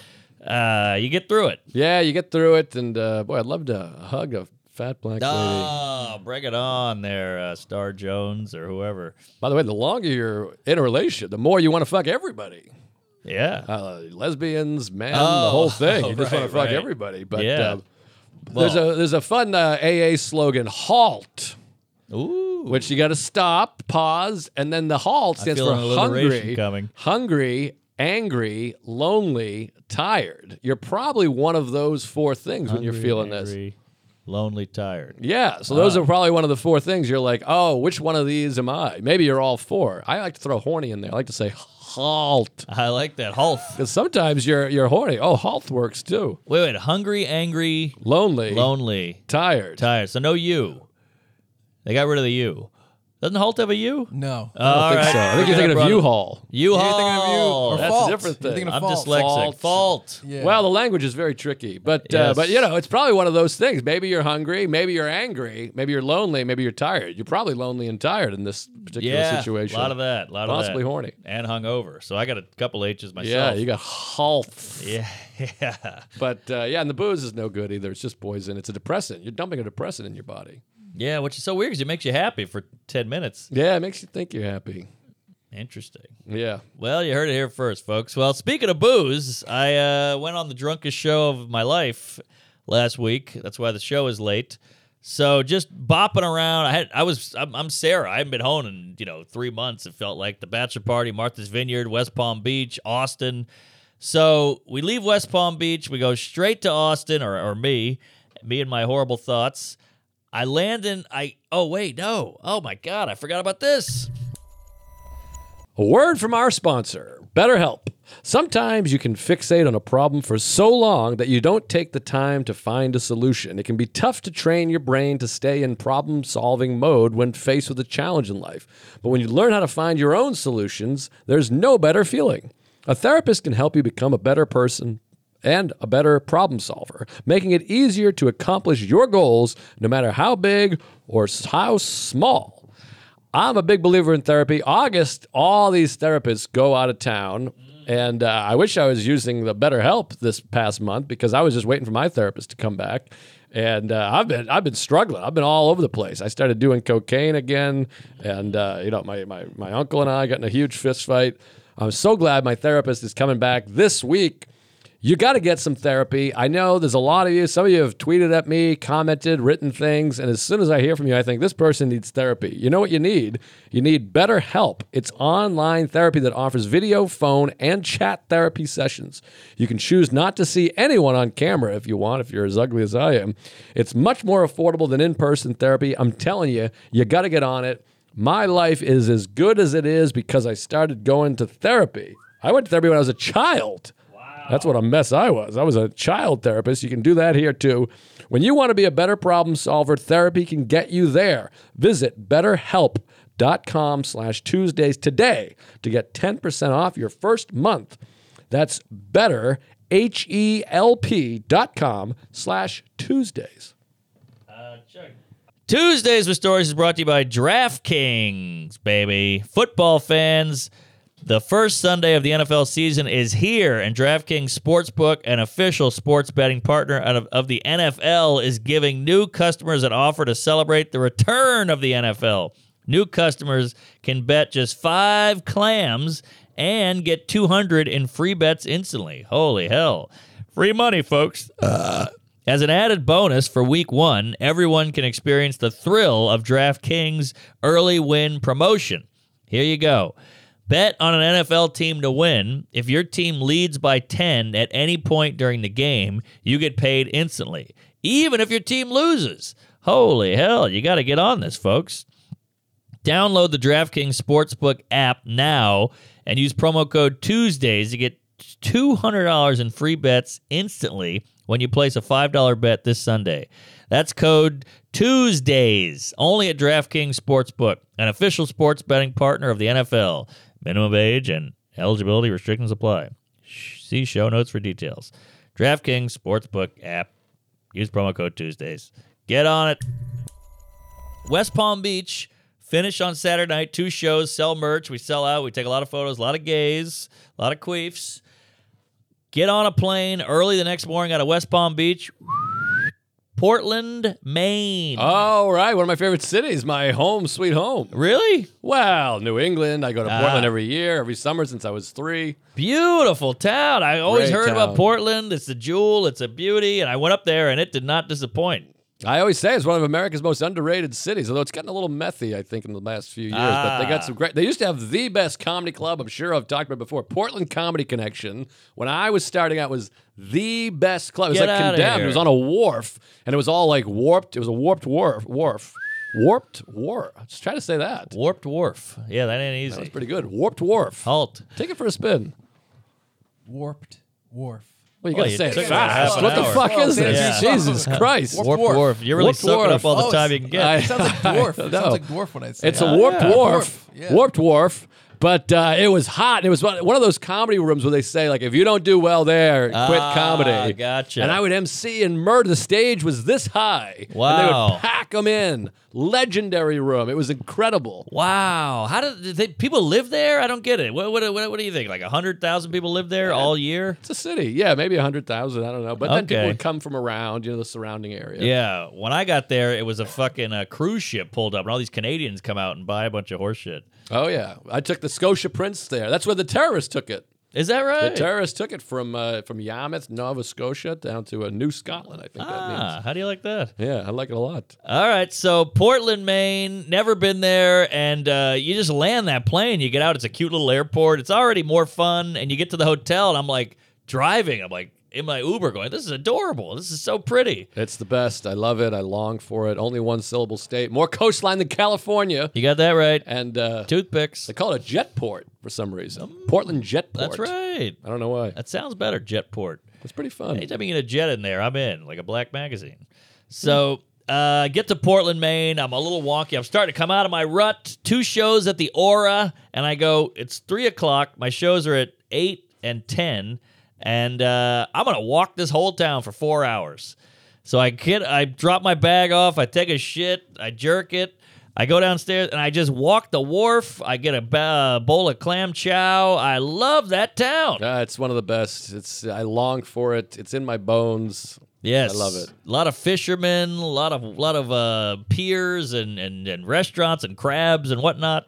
Speaker 2: uh, you get through it.
Speaker 3: yeah, you get through it, and uh, boy, I'd love to hug a fat black lady.
Speaker 2: Oh, bring it on there, uh, Star Jones or whoever.
Speaker 3: By the way, the longer you're in a relationship, the more you want to fuck everybody.
Speaker 2: Yeah.
Speaker 3: uh, lesbians, men, the
Speaker 2: Oh,
Speaker 3: whole thing. You just
Speaker 2: right,
Speaker 3: want to fuck
Speaker 2: right.
Speaker 3: everybody. But
Speaker 2: Yeah.
Speaker 3: uh, there's a there's a fun uh, AA slogan: halt. Uh,
Speaker 2: Ooh.
Speaker 3: which you got to stop, pause, and then the halt stands
Speaker 2: feel
Speaker 3: for
Speaker 2: an alliteration
Speaker 3: hungry,
Speaker 2: coming.
Speaker 3: hungry, angry, lonely, tired. You're probably one of those four things when you're feeling this.
Speaker 2: Angry, Lonely, tired.
Speaker 3: Yeah, so those are probably one of the four things. You're like, oh, which one of these am I? Maybe you're all four. I like to throw horny in there. I like to say halt
Speaker 2: I like that. Halt.
Speaker 3: because sometimes you're you're horny. Oh, halt works too.
Speaker 2: Wait, wait. Hungry, angry,
Speaker 3: Lonely,
Speaker 2: lonely,
Speaker 3: tired.
Speaker 2: tired. So no you. They got rid of the you. Doesn't Halt have a you?
Speaker 4: No.
Speaker 3: I
Speaker 2: All
Speaker 3: think
Speaker 2: right.
Speaker 3: so. I think you're thinking of U-Haul.
Speaker 2: You
Speaker 4: You're thinking of you
Speaker 2: haul.
Speaker 4: or
Speaker 2: That's-
Speaker 3: oh,
Speaker 4: fault.
Speaker 3: different
Speaker 4: You're
Speaker 3: thing.
Speaker 4: thinking of
Speaker 2: I'm
Speaker 4: fault.
Speaker 2: dyslexic.
Speaker 3: Fault.
Speaker 2: Fault.
Speaker 4: Yeah.
Speaker 3: Well, the language is very tricky, but uh,
Speaker 2: Yes.
Speaker 3: but you know, it's probably one of those things. Maybe you're hungry, maybe you're angry, maybe you're lonely, maybe you're tired. You're probably lonely and tired in this particular
Speaker 2: Yeah.
Speaker 3: situation.
Speaker 2: A lot of that. A lot
Speaker 3: Possibly
Speaker 2: of that.
Speaker 3: horny.
Speaker 2: And hungover. So I got a couple H's
Speaker 3: Yeah,
Speaker 2: myself.
Speaker 3: you got halt.
Speaker 2: Yeah. Yeah.
Speaker 3: But uh, yeah, and the booze is no good either. It's just poison. It's a depressant. You're dumping a depressant in your body.
Speaker 2: Yeah, which is so weird because it makes you happy for 10 minutes.
Speaker 3: Yeah, it makes you think you're happy.
Speaker 2: Interesting.
Speaker 3: Yeah.
Speaker 2: Well, you heard it here first, folks. Well, speaking of booze, I uh, went on the drunkest show of my life last week. That's why the show is late. So just bopping around, I had I was I'm, I'm Sarah. I haven't been home in you know three months. It felt like the bachelor party, Martha's Vineyard, West Palm Beach, Austin. So we leave West Palm Beach. We go straight to Austin, or or me, me and my horrible thoughts. I land in I oh wait no oh my god I forgot about this
Speaker 3: A word from our sponsor, BetterHelp. Sometimes you can fixate on a problem for so long that you don't take the time to find a solution. It can be tough to train your brain to stay in problem solving mode when faced with a challenge in life. But when you learn how to find your own solutions, there's no better feeling. A therapist can help you become a better person and a better problem solver, making it easier to accomplish your goals no matter how big or s- how small. I'm a big believer in therapy. August, all these therapists go out of town. And uh, I wish I was using the BetterHelp this past month because I was just waiting for my therapist to come back. And uh, I've been I've been struggling. I've been all over the place. I started doing cocaine again, and uh, you know my, my my uncle and I got in a huge fist fight. I'm so glad my therapist is coming back this week you got to get some therapy. I know there's a lot of you. Some of you have tweeted at me, commented, written things. And as soon as I hear from you, I think this person needs therapy. You know what you need? You need better help. It's online therapy that offers video, phone, and chat therapy sessions. You can choose not to see anyone on camera if you want, if you're as ugly as I am. It's much more affordable than in person therapy. I'm telling you, you got to get on it. My life is as good as it is because I started going to therapy. I went to therapy when I was a child. That's what a mess I was. I was a child therapist. You can do that here too. When you want to be a better problem solver, therapy can get you there. Visit betterhelp.com slash Tuesdays today to get 10% off your first month. That's better, H E L P dot com slash Tuesdays.
Speaker 2: Tuesdays with Stories is brought to you by DraftKings, baby. Football fans, the first Sunday of the NFL season is here, and DraftKings Sportsbook, an official sports betting partner of, of the NFL, is giving new customers an offer to celebrate the return of the NFL. New customers can bet just five clams and get 200 in free bets instantly. Holy hell. Free money, folks. As an added bonus for week one, everyone can experience the thrill of DraftKings early win promotion. Here you go. Bet on an NFL team to win. If your team leads by 10 at any point during the game, you get paid instantly, even if your team loses. Holy hell, you got to get on this, folks. Download the DraftKings Sportsbook app now and use promo code Tuesdays to get $200 in free bets instantly when you place a $5 bet this Sunday. That's code Tuesdays only at DraftKings Sportsbook, an official sports betting partner of the NFL. Minimum age and eligibility restrictions apply. Sh- See show notes for details. DraftKings Sportsbook app. Use promo code Tuesdays. Get on it. West Palm Beach. Finish on Saturday night. Two shows. Sell merch. We sell out. We take a lot of photos. A lot of gays. A lot of queefs. Get on a plane early the next morning out of West Palm Beach, Portland, Maine.
Speaker 3: All right, one of my favorite cities, my home, sweet home.
Speaker 2: really?
Speaker 3: Well, New England. I go to
Speaker 2: Ah.
Speaker 3: Portland every year, every summer since I was three.
Speaker 2: Beautiful town. I always
Speaker 3: Great
Speaker 2: heard about
Speaker 3: town.
Speaker 2: Portland. It's a jewel. It's a beauty. And I went up there, and it did not disappoint.
Speaker 3: I always say it's one of America's most underrated cities, although it's gotten a little methy, I think, in the last few years. But they got some great. They used to have the best comedy club. I'm sure I've talked about it before. Portland Comedy Connection. When I was starting out, was the best club. It was
Speaker 2: Get
Speaker 3: like
Speaker 2: outta
Speaker 3: condemned.
Speaker 2: here.
Speaker 3: It was on a wharf, and it was all like warped. It was a warped wharf. Wharf. Warped wharf. Just try to say that.
Speaker 2: Warped Wharf. Yeah, that ain't
Speaker 3: That was
Speaker 2: easy.
Speaker 3: pretty good. Warped wharf.
Speaker 2: Halt.
Speaker 3: Take it for a spin.
Speaker 4: Warped Wharf.
Speaker 3: Well, you
Speaker 2: Well,
Speaker 3: gotta
Speaker 2: you
Speaker 3: say
Speaker 2: took
Speaker 3: it
Speaker 2: about half
Speaker 3: fast.
Speaker 2: an
Speaker 3: What the
Speaker 2: hour.
Speaker 3: fuck is
Speaker 4: Well,
Speaker 3: this?
Speaker 2: yeah.
Speaker 3: Jesus Christ.
Speaker 4: Warped
Speaker 2: Warped Wharf.
Speaker 4: Wharf.
Speaker 2: You're really
Speaker 3: Warped
Speaker 2: soaking up
Speaker 3: Wharf.
Speaker 2: all the
Speaker 4: Oh,
Speaker 2: time
Speaker 4: it's-
Speaker 2: you can get.
Speaker 3: I-
Speaker 4: It sounds like dwarf. It
Speaker 3: know.
Speaker 4: sounds like dwarf when I say
Speaker 3: It's
Speaker 4: that.
Speaker 3: a warped
Speaker 4: Yeah.
Speaker 3: wharf.
Speaker 4: Dwarf, yeah.
Speaker 3: Warped wharf. But uh, it was hot. and It was one one of those comedy rooms where they say, like, if you don't do well there, quit
Speaker 2: Ah,
Speaker 3: comedy.
Speaker 2: gotcha.
Speaker 3: And I would MC and murder. The stage was this high. And they
Speaker 2: Wow.
Speaker 3: would pack them in. Legendary room. It was incredible.
Speaker 2: Wow, how did, did they, people live there? I don't get it. What, what, what, what do you think? Like hundred thousand people live there all year?
Speaker 3: It's a city. Yeah, maybe 100,000. I don't know. But then people
Speaker 2: Okay.
Speaker 3: would come from around, you know, the surrounding area.
Speaker 2: Yeah. When I got there, it was a fucking uh, cruise ship pulled up, and all these Canadians come out and buy a bunch of horse shit.
Speaker 3: Oh, yeah. I took the Scotia Prince there. That's where the terrorists took it.
Speaker 2: Is that right?
Speaker 3: The terrorists took it from uh, from Yarmouth, Nova Scotia, down to uh, New Scotland. I think that means.
Speaker 2: ah, how do you like that?
Speaker 3: Yeah, I like it a lot.
Speaker 2: All right, so Portland, Maine, never been there, and uh, you just land that plane. You get out, it's a cute little airport. It's already more fun, and you get to the hotel, and I'm like driving. I'm like in my Uber, going, "This is adorable. This is so pretty."
Speaker 3: It's the best. I love it. I long for it. Only one syllable state. More coastline than California.
Speaker 2: You got that right.
Speaker 3: And uh,
Speaker 2: Toothpicks.
Speaker 3: they call it a jet port for some reason. Portland Jet Port.
Speaker 2: Mm. That's right.
Speaker 3: I don't know why.
Speaker 2: That sounds better, Jetport.
Speaker 3: It's pretty fun.
Speaker 2: Anytime you get a jet in there, I'm in, like a black magazine. So uh, get to Portland, Maine. I'm a little wonky. I'm starting to come out of my rut. Two shows at the Aura, and I go, it's three o'clock. My shows are at eight and 10, and uh, I'm going to walk this whole town for four hours. So I get, I drop my bag off. I take a shit. I jerk it. I go downstairs and I just walk the wharf. I get a ba- bowl of clam chow. I love that town.
Speaker 3: Uh, it's one of the best. It's I long for it. It's in my bones.
Speaker 2: Yes,
Speaker 3: I love it.
Speaker 2: A lot of fishermen, a lot of lot of uh, piers and, and and restaurants and crabs and whatnot.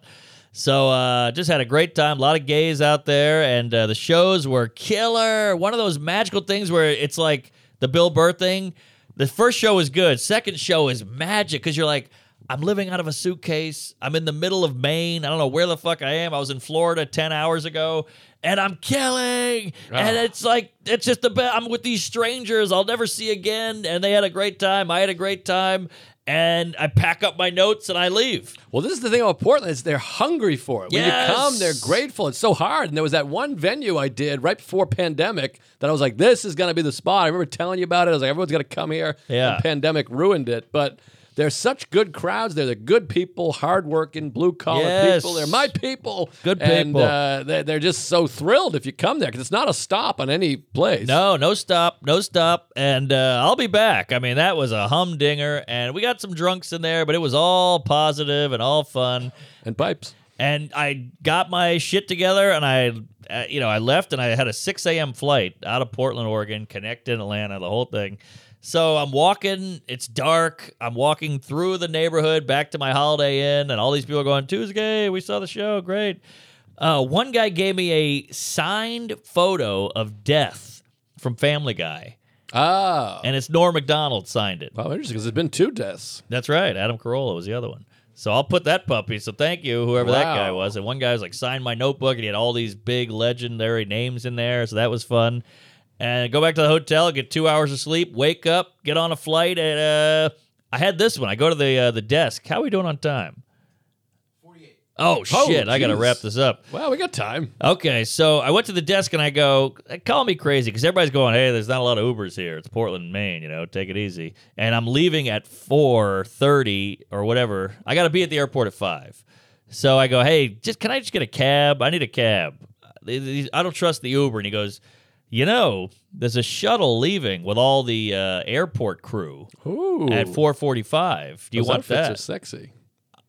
Speaker 2: So uh, just had a great time. A lot of gays out there, and uh, the shows were killer. One of those magical things where it's like the Bill Burr thing. The first show is good. Second show is magic because you're like. I'm living out of a suitcase. I'm in the middle of Maine. I don't know where the fuck I am. I was in Florida 10 hours ago and I'm killing. And it's like, it's just the best. I'm with these strangers I'll never see again. And they had a great time. I had a great time. And I pack up my notes and I leave.
Speaker 3: Well, this is the thing about Portland is they're hungry for it. When
Speaker 2: Yes.
Speaker 3: you come, they're grateful. It's so hard. And there was that one venue I did right before pandemic that I was like, this is going to be the spot. I remember telling you about it. I was like, everyone's going to come here.
Speaker 2: Yeah.
Speaker 3: And pandemic ruined it. But They're such good crowds. They're the good people, hardworking, blue collar
Speaker 2: Yes.
Speaker 3: people. They're my people.
Speaker 2: Good
Speaker 3: And,
Speaker 2: people.
Speaker 3: uh, they- they're just so thrilled if you come there because it's not a stop on any place.
Speaker 2: No, no stop, no stop, and uh, I'll be back. I mean, that was a humdinger, and we got some drunks in there, but it was all positive and all fun.
Speaker 3: And pipes.
Speaker 2: And I got my shit together, and I, uh, you know, I left, and I had a 6 a.m. flight out of Portland, Oregon, connected Atlanta, the whole thing. So I'm walking. It's dark. I'm walking through the neighborhood back to my Holiday Inn, and all these people are going Tuesday. We saw the show. Great. Uh, one guy gave me a signed photo of Death from Family Guy,
Speaker 3: Oh.
Speaker 2: and it's Norm Macdonald signed it.
Speaker 3: Wow, interesting because there's been two deaths.
Speaker 2: That's right. Adam Carolla was the other one. So I'll put that puppy. So thank you, whoever that
Speaker 3: Wow.
Speaker 2: guy was. And one guy was like, signed my notebook, and he had all these big legendary names in there. So that was fun. And go back to the hotel, get two hours of sleep, wake up, get on a flight, and uh, I had this one. I go to the uh, the desk. How are we doing on time? Forty-eight. Oh
Speaker 3: Oh,
Speaker 2: shit! I gotta
Speaker 3: jeez.
Speaker 2: wrap this up.
Speaker 3: Wow, we got time.
Speaker 2: Okay, so I went to the desk and I go, call me crazy because everybody's going, hey, there's not a lot of Ubers here. It's Portland, Maine. You know, take it easy. And I'm leaving at four thirty or whatever. I got to be at the airport at five. So I go, hey, just can I just get a cab? I need a cab. I don't trust the Uber. And he goes, you know, there's a shuttle leaving with all the uh, airport crew
Speaker 3: Ooh.
Speaker 2: at four forty-five. Do you
Speaker 3: Those
Speaker 2: want
Speaker 3: outfits
Speaker 2: that?
Speaker 3: are sexy.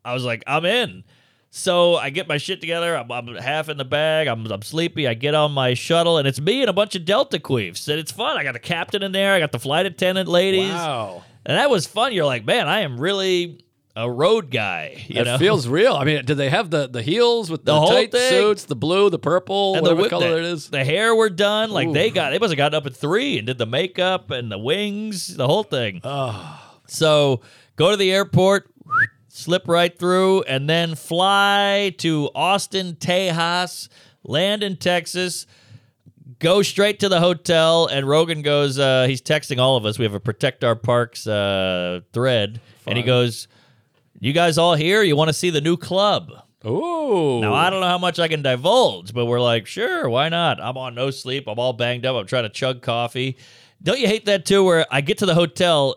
Speaker 2: I was like, I'm in. So I get my shit together. I'm, I'm half in the bag. I'm, I'm sleepy. I get on my shuttle, and it's me and a bunch of Delta queefs, and it's fun. I got the captain in there. I got the flight attendant ladies,
Speaker 3: Wow.
Speaker 2: and that was fun. You're like, man, I am really a road guy. You
Speaker 3: it
Speaker 2: know?
Speaker 3: feels real. I mean, did they have the, the heels with the,
Speaker 2: The whole
Speaker 3: tight
Speaker 2: thing.
Speaker 3: suits, the blue, the purple,
Speaker 2: and
Speaker 3: whatever
Speaker 2: whip-
Speaker 3: color
Speaker 2: the,
Speaker 3: it is?
Speaker 2: The hair were done. Like they
Speaker 3: Ooh.
Speaker 2: got they must have gotten up at three and did the makeup and the wings, the whole thing.
Speaker 3: Ah.
Speaker 2: So go to the airport, slip right through, and then fly to Austin, Tejas, land in Texas. Go straight to the hotel, and Rogan goes. Uh, he's texting all of us. We have a protect our parks uh, thread, and he goes, "You guys all here? You want to see the new club?"
Speaker 3: Ooh.
Speaker 2: Now I don't know how much I can divulge, but we're like, sure, why not? I'm on no sleep. I'm all banged up. I'm trying to chug coffee. Don't you hate that too? Where I get to the hotel,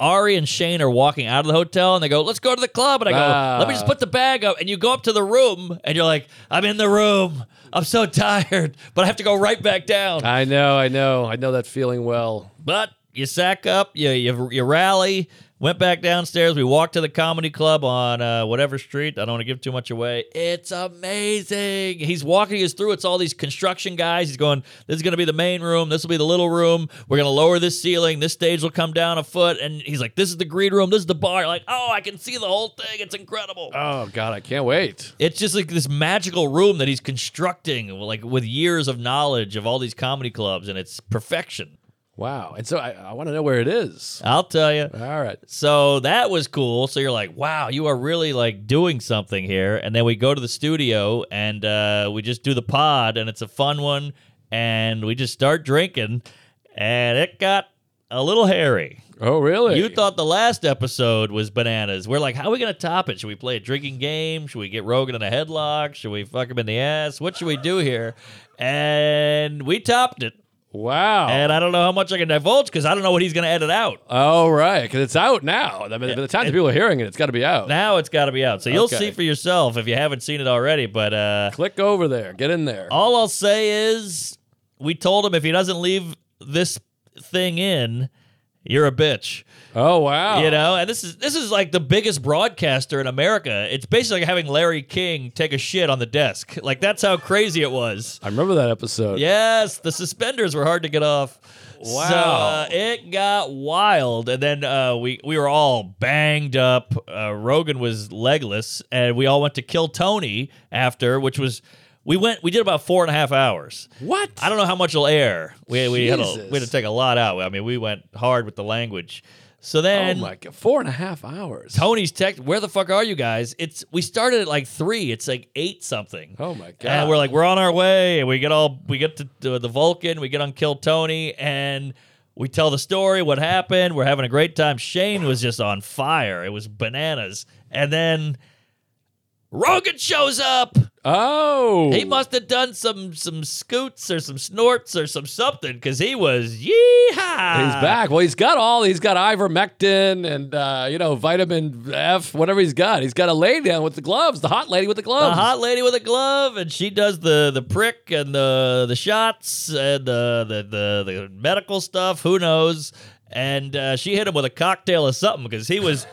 Speaker 2: Ari and Shane are walking out of the hotel, and they go, "Let's go to the club." And I go,
Speaker 3: Ah.
Speaker 2: "Let me just put the bag up." And you go up to the room, and you're like, "I'm in the room. I'm so tired, but I have to go right back down."
Speaker 3: I know, I know. I know that feeling well.
Speaker 2: But you sack up, you you, you rally. Went back downstairs. We walked to the comedy club on uh, whatever street. I don't want to give too much away. It's amazing. He's walking us through. It's all these construction guys. He's going, This is going to be the main room. This will be the little room. We're going to lower this ceiling. This stage will come down a foot. And he's like, This is the green room. This is the bar. You're like, oh, I can see the whole thing. It's incredible.
Speaker 3: Oh, God, I can't wait.
Speaker 2: It's just like this magical room that he's constructing, like with years of knowledge of all these comedy clubs, and it's perfection.
Speaker 3: Wow. And so I, I want to know where it is.
Speaker 2: I'll tell you.
Speaker 3: All right.
Speaker 2: So that was cool. So you're like, wow, you are really like doing something here. And then we go to the studio and uh, we just do the pod, and it's a fun one. And we just start drinking, and it got a little hairy.
Speaker 3: Oh, really?
Speaker 2: You thought the last episode was bananas. We're like, how are we going to top it? Should we play a drinking game? Should we get Rogan in a headlock? Should we fuck him in the ass? What should we do here? And we topped it.
Speaker 3: Wow.
Speaker 2: And I don't know how much I can divulge because I don't know what he's going to edit out.
Speaker 3: oh, right. Because it's out now. I mean, by the time the people are hearing it, it's got to be out.
Speaker 2: Now it's got to be out. So you'll
Speaker 3: Okay.
Speaker 2: see for yourself if you haven't seen it already. But uh,
Speaker 3: Click over there. Get in there.
Speaker 2: all I'll say is we told him if he doesn't leave this thing in, you're a bitch.
Speaker 3: Oh, wow.
Speaker 2: You know, and this is this is like the biggest broadcaster in America. It's basically like having Larry King take a shit on the desk. Like that's how crazy it was.
Speaker 3: I remember that episode.
Speaker 2: Yes, the suspenders were hard to get off.
Speaker 3: Wow.
Speaker 2: So, uh, it got wild, and then uh, we we were all banged up. Uh, Rogan was legless, and we all went to kill Tony after, which was we went we did about four and a half hours.
Speaker 3: What?
Speaker 2: I don't know how much will air. We we had, a,
Speaker 3: Jesus.
Speaker 2: we had to take a lot out. I mean, we went hard with the language. So
Speaker 3: Oh,
Speaker 2: then
Speaker 3: my God. Four and a half hours.
Speaker 2: Tony's text, where the fuck are you guys? It's we started at like three. It's like eight something.
Speaker 3: Oh, my God.
Speaker 2: And we're like, we're on our way. And we get all, we get to to the Vulcan, we get on Kill Tony, and we tell the story, what happened. We're having a great time. Shane was just on fire. It was bananas. And then Rogan shows up.
Speaker 3: Oh,
Speaker 2: He must have done some some scoots or some snorts or some something because he was yeehaw.
Speaker 3: He's back. Well, he's got all. He's got ivermectin and uh, you know vitamin F, whatever he's got. He's got a lady down with the gloves, the hot lady with the gloves.
Speaker 2: The hot lady with a glove, and she does the the prick and the the shots and the the the, the medical stuff. Who knows? And uh, she hit him with a cocktail or something because he was.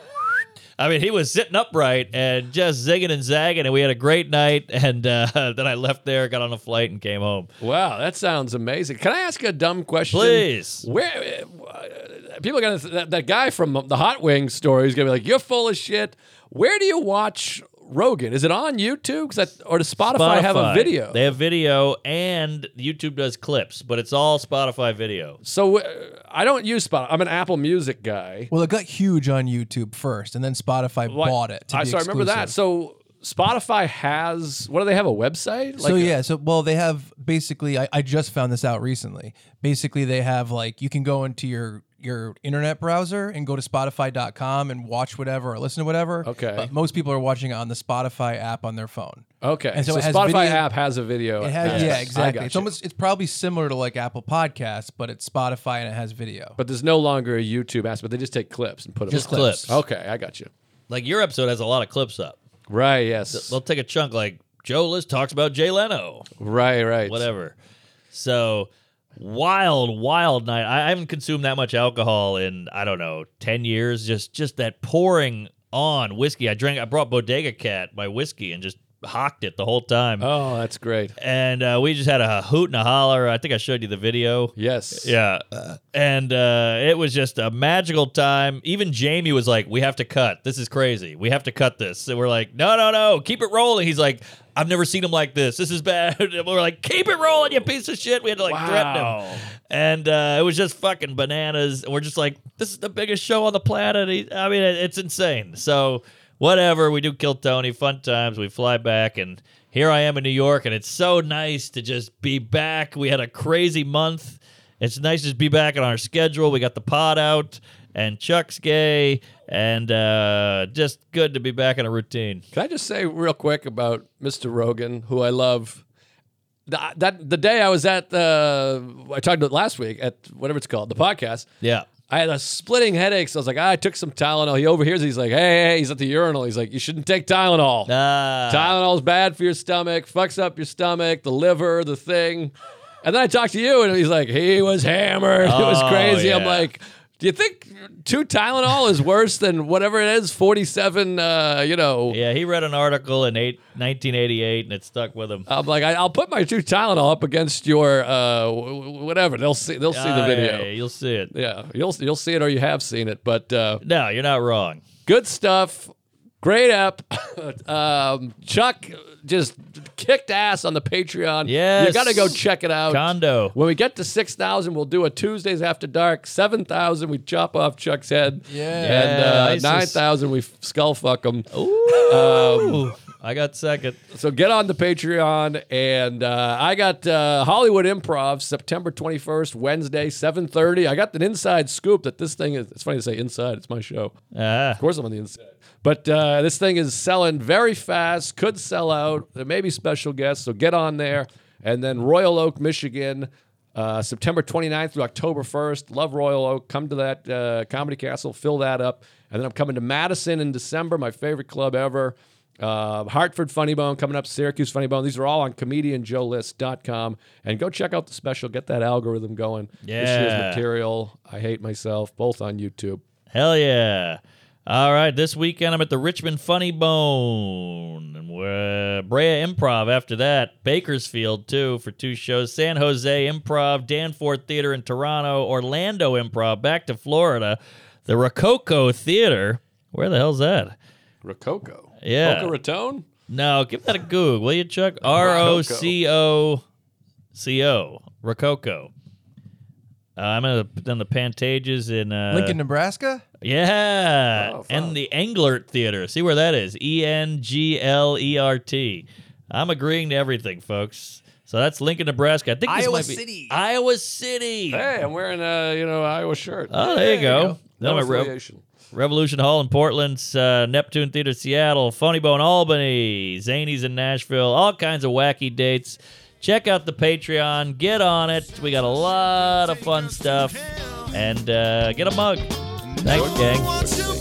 Speaker 2: I mean, he was sitting upright and just zigging and zagging, and we had a great night. And uh, then I left there, got on a flight, and came home.
Speaker 3: Wow, that sounds amazing. Can I ask you a dumb question?
Speaker 2: Please.
Speaker 3: Where uh, people are gonna that, that guy from the Hot Wings story is gonna be like, "You're full of shit." Where do you watch Rogan? Is it on YouTube? 'Cause that- or does Spotify, have a
Speaker 2: Spotify.
Speaker 3: video?
Speaker 2: They have video, and YouTube does clips, but it's all Spotify video.
Speaker 3: so uh, I don't use Spotify. I'm an Apple Music guy.
Speaker 4: Well, it got huge on YouTube first, and then Spotify
Speaker 3: What-
Speaker 4: bought it. To
Speaker 3: I,
Speaker 4: be
Speaker 3: so I remember that.
Speaker 4: exclusive.
Speaker 3: So Spotify has. What do they have? A website?
Speaker 4: so
Speaker 3: a-
Speaker 4: yeah, so well, they have basically. I, I just found this out recently. Basically, they have like you can go into your your internet browser and go to Spotify.com and watch whatever or listen to whatever.
Speaker 3: Okay.
Speaker 4: but most people are watching it on the Spotify app on their phone.
Speaker 3: Okay.
Speaker 4: And
Speaker 3: so
Speaker 4: so it has
Speaker 3: Spotify
Speaker 4: video-
Speaker 3: app has a video.
Speaker 4: It has,
Speaker 3: aspect.
Speaker 4: yeah,
Speaker 3: I
Speaker 4: exactly.
Speaker 3: got
Speaker 4: It's
Speaker 3: you.
Speaker 4: almost it's probably similar to like Apple Podcasts, but it's Spotify and it has video.
Speaker 3: but there's no longer a YouTube aspect. They just take clips and put them
Speaker 2: Just
Speaker 3: up.
Speaker 2: clips.
Speaker 3: Okay, I got you.
Speaker 2: Like your episode has a lot of clips up.
Speaker 3: Right. Yes.
Speaker 2: They'll take a chunk, like Joe List talks about Jay Leno.
Speaker 3: Right. Right.
Speaker 2: whatever. So wild, wild night. I, I haven't consumed that much alcohol in I don't know ten years. Just just that pouring on whiskey. I drank. I brought Bodega Cat my whiskey and just hocked it the whole time.
Speaker 3: Oh, that's great.
Speaker 2: And uh, we just had a hoot and a holler. I think I showed you the video.
Speaker 3: Yes.
Speaker 2: Yeah. And uh, it was just a magical time. Even Jamie was like, We have to cut. This is crazy. We have to cut this. And we're like, No, no, no. Keep it rolling. He's like, I've never seen him like this. This is bad. And we're like, Keep it rolling, you piece of shit. We had to like threaten him. And uh, it was just fucking bananas. And we're just like, This is the biggest show on the planet. He- I mean, it- it's insane. So, whatever. We do kill Tony. Fun times. We fly back and. Here I am in New York, and it's so nice to just be back. We had a crazy month. It's nice to be back on our schedule. We got the pod out, and Chuck's gay, and uh, just good to be back in a routine.
Speaker 3: Can I just say real quick about Mr. Rogan, who I love? The, that the day I was at the I talked about last week at whatever it's called the podcast.
Speaker 2: Yeah.
Speaker 3: I had a splitting headache, so I was like, ah, I took some Tylenol. He overhears, he's like, hey, hey, he's at the urinal. He's like, you shouldn't take Tylenol.
Speaker 2: Uh,
Speaker 3: Tylenol's bad for your stomach, fucks up your stomach, the liver, the thing. And then I talked to you, and he's like, he was hammered. it was
Speaker 2: Oh,
Speaker 3: crazy. I'm
Speaker 2: yeah.
Speaker 3: like, do you think two Tylenol is worse than whatever it is, 47, uh, you know?
Speaker 2: yeah, he read an article in eight, 1988, and it stuck with him.
Speaker 3: I'm like, I, I'll put my two Tylenol up against your uh, w- w- whatever. They'll see. They'll see the
Speaker 2: Ah,
Speaker 3: video.
Speaker 2: yeah, yeah, you'll see it.
Speaker 3: Yeah, you'll you'll see it or you have seen it. But uh,
Speaker 2: No, you're not wrong.
Speaker 3: good stuff. Great app. um, Chuck just kicked ass on the Patreon.
Speaker 2: Yes.
Speaker 3: You got to go check it out.
Speaker 2: Condo.
Speaker 3: When we get to 6,000, we'll do a Tuesdays After Dark. 7,000, we chop off Chuck's head.
Speaker 4: Yeah.
Speaker 3: And uh,
Speaker 2: Isis.
Speaker 3: 9,000, we f- skull fuck him.
Speaker 2: Ooh, I got second.
Speaker 3: So get on the Patreon, and uh, I got uh, Hollywood Improv September twenty first, Wednesday, seven thirty. I got an inside scoop that this thing is. It's funny to say inside; it's my show.
Speaker 2: Ah.
Speaker 3: Of course, I'm on the inside. But uh, this thing is selling very fast. Could sell out. There may be special guests, so get on there. And then Royal Oak, Michigan, uh, September 29th through October 1st. Love Royal Oak. Come to that uh, Comedy Castle. Fill that up. And then I'm coming to Madison in December. My favorite club ever. Uh, Hartford Funny Bone coming up, Syracuse Funny Bone. These are all on comedianjoelist.com. And go check out the special. Get that algorithm going. This year's
Speaker 2: Yeah.
Speaker 3: material. I hate myself. Both on YouTube.
Speaker 2: Hell yeah. All right, this weekend I'm at the Richmond Funny Bone and we're- uh, Brea Improv after that, Bakersfield too for two shows, San Jose Improv, Danforth Theater in Toronto, Orlando Improv, back to Florida, the Rococo Theater. Where the hell's that?
Speaker 3: Rococo.
Speaker 2: Yeah.
Speaker 3: Boca Raton?
Speaker 2: No, give that a Google, will you, Chuck? R O C O C O, Rococo. Uh, I'm in the, then the Pantages in uh,
Speaker 4: Lincoln, Nebraska.
Speaker 2: yeah.
Speaker 3: Oh, fuck.
Speaker 2: and the Englert Theater. See where that is. E N G L E R T. I'm agreeing to everything, folks. So that's Lincoln, Nebraska. I think this
Speaker 4: Iowa
Speaker 2: might be
Speaker 4: City.
Speaker 2: Iowa City.
Speaker 3: Hey, I'm wearing a you know Iowa shirt.
Speaker 2: Oh, there you go.
Speaker 4: you go.
Speaker 3: No
Speaker 2: Then I'm at Ro-
Speaker 3: affiliation.
Speaker 2: Revolution Hall in Portland, uh, Neptune Theater, Seattle, Phony Bone, Albany, Zanies in Nashville, all kinds of wacky dates. Check out the Patreon. Get on it. We got a
Speaker 4: Oh.
Speaker 2: lot of fun stuff. And uh, get a mug. Thanks, gang.
Speaker 1: Wants to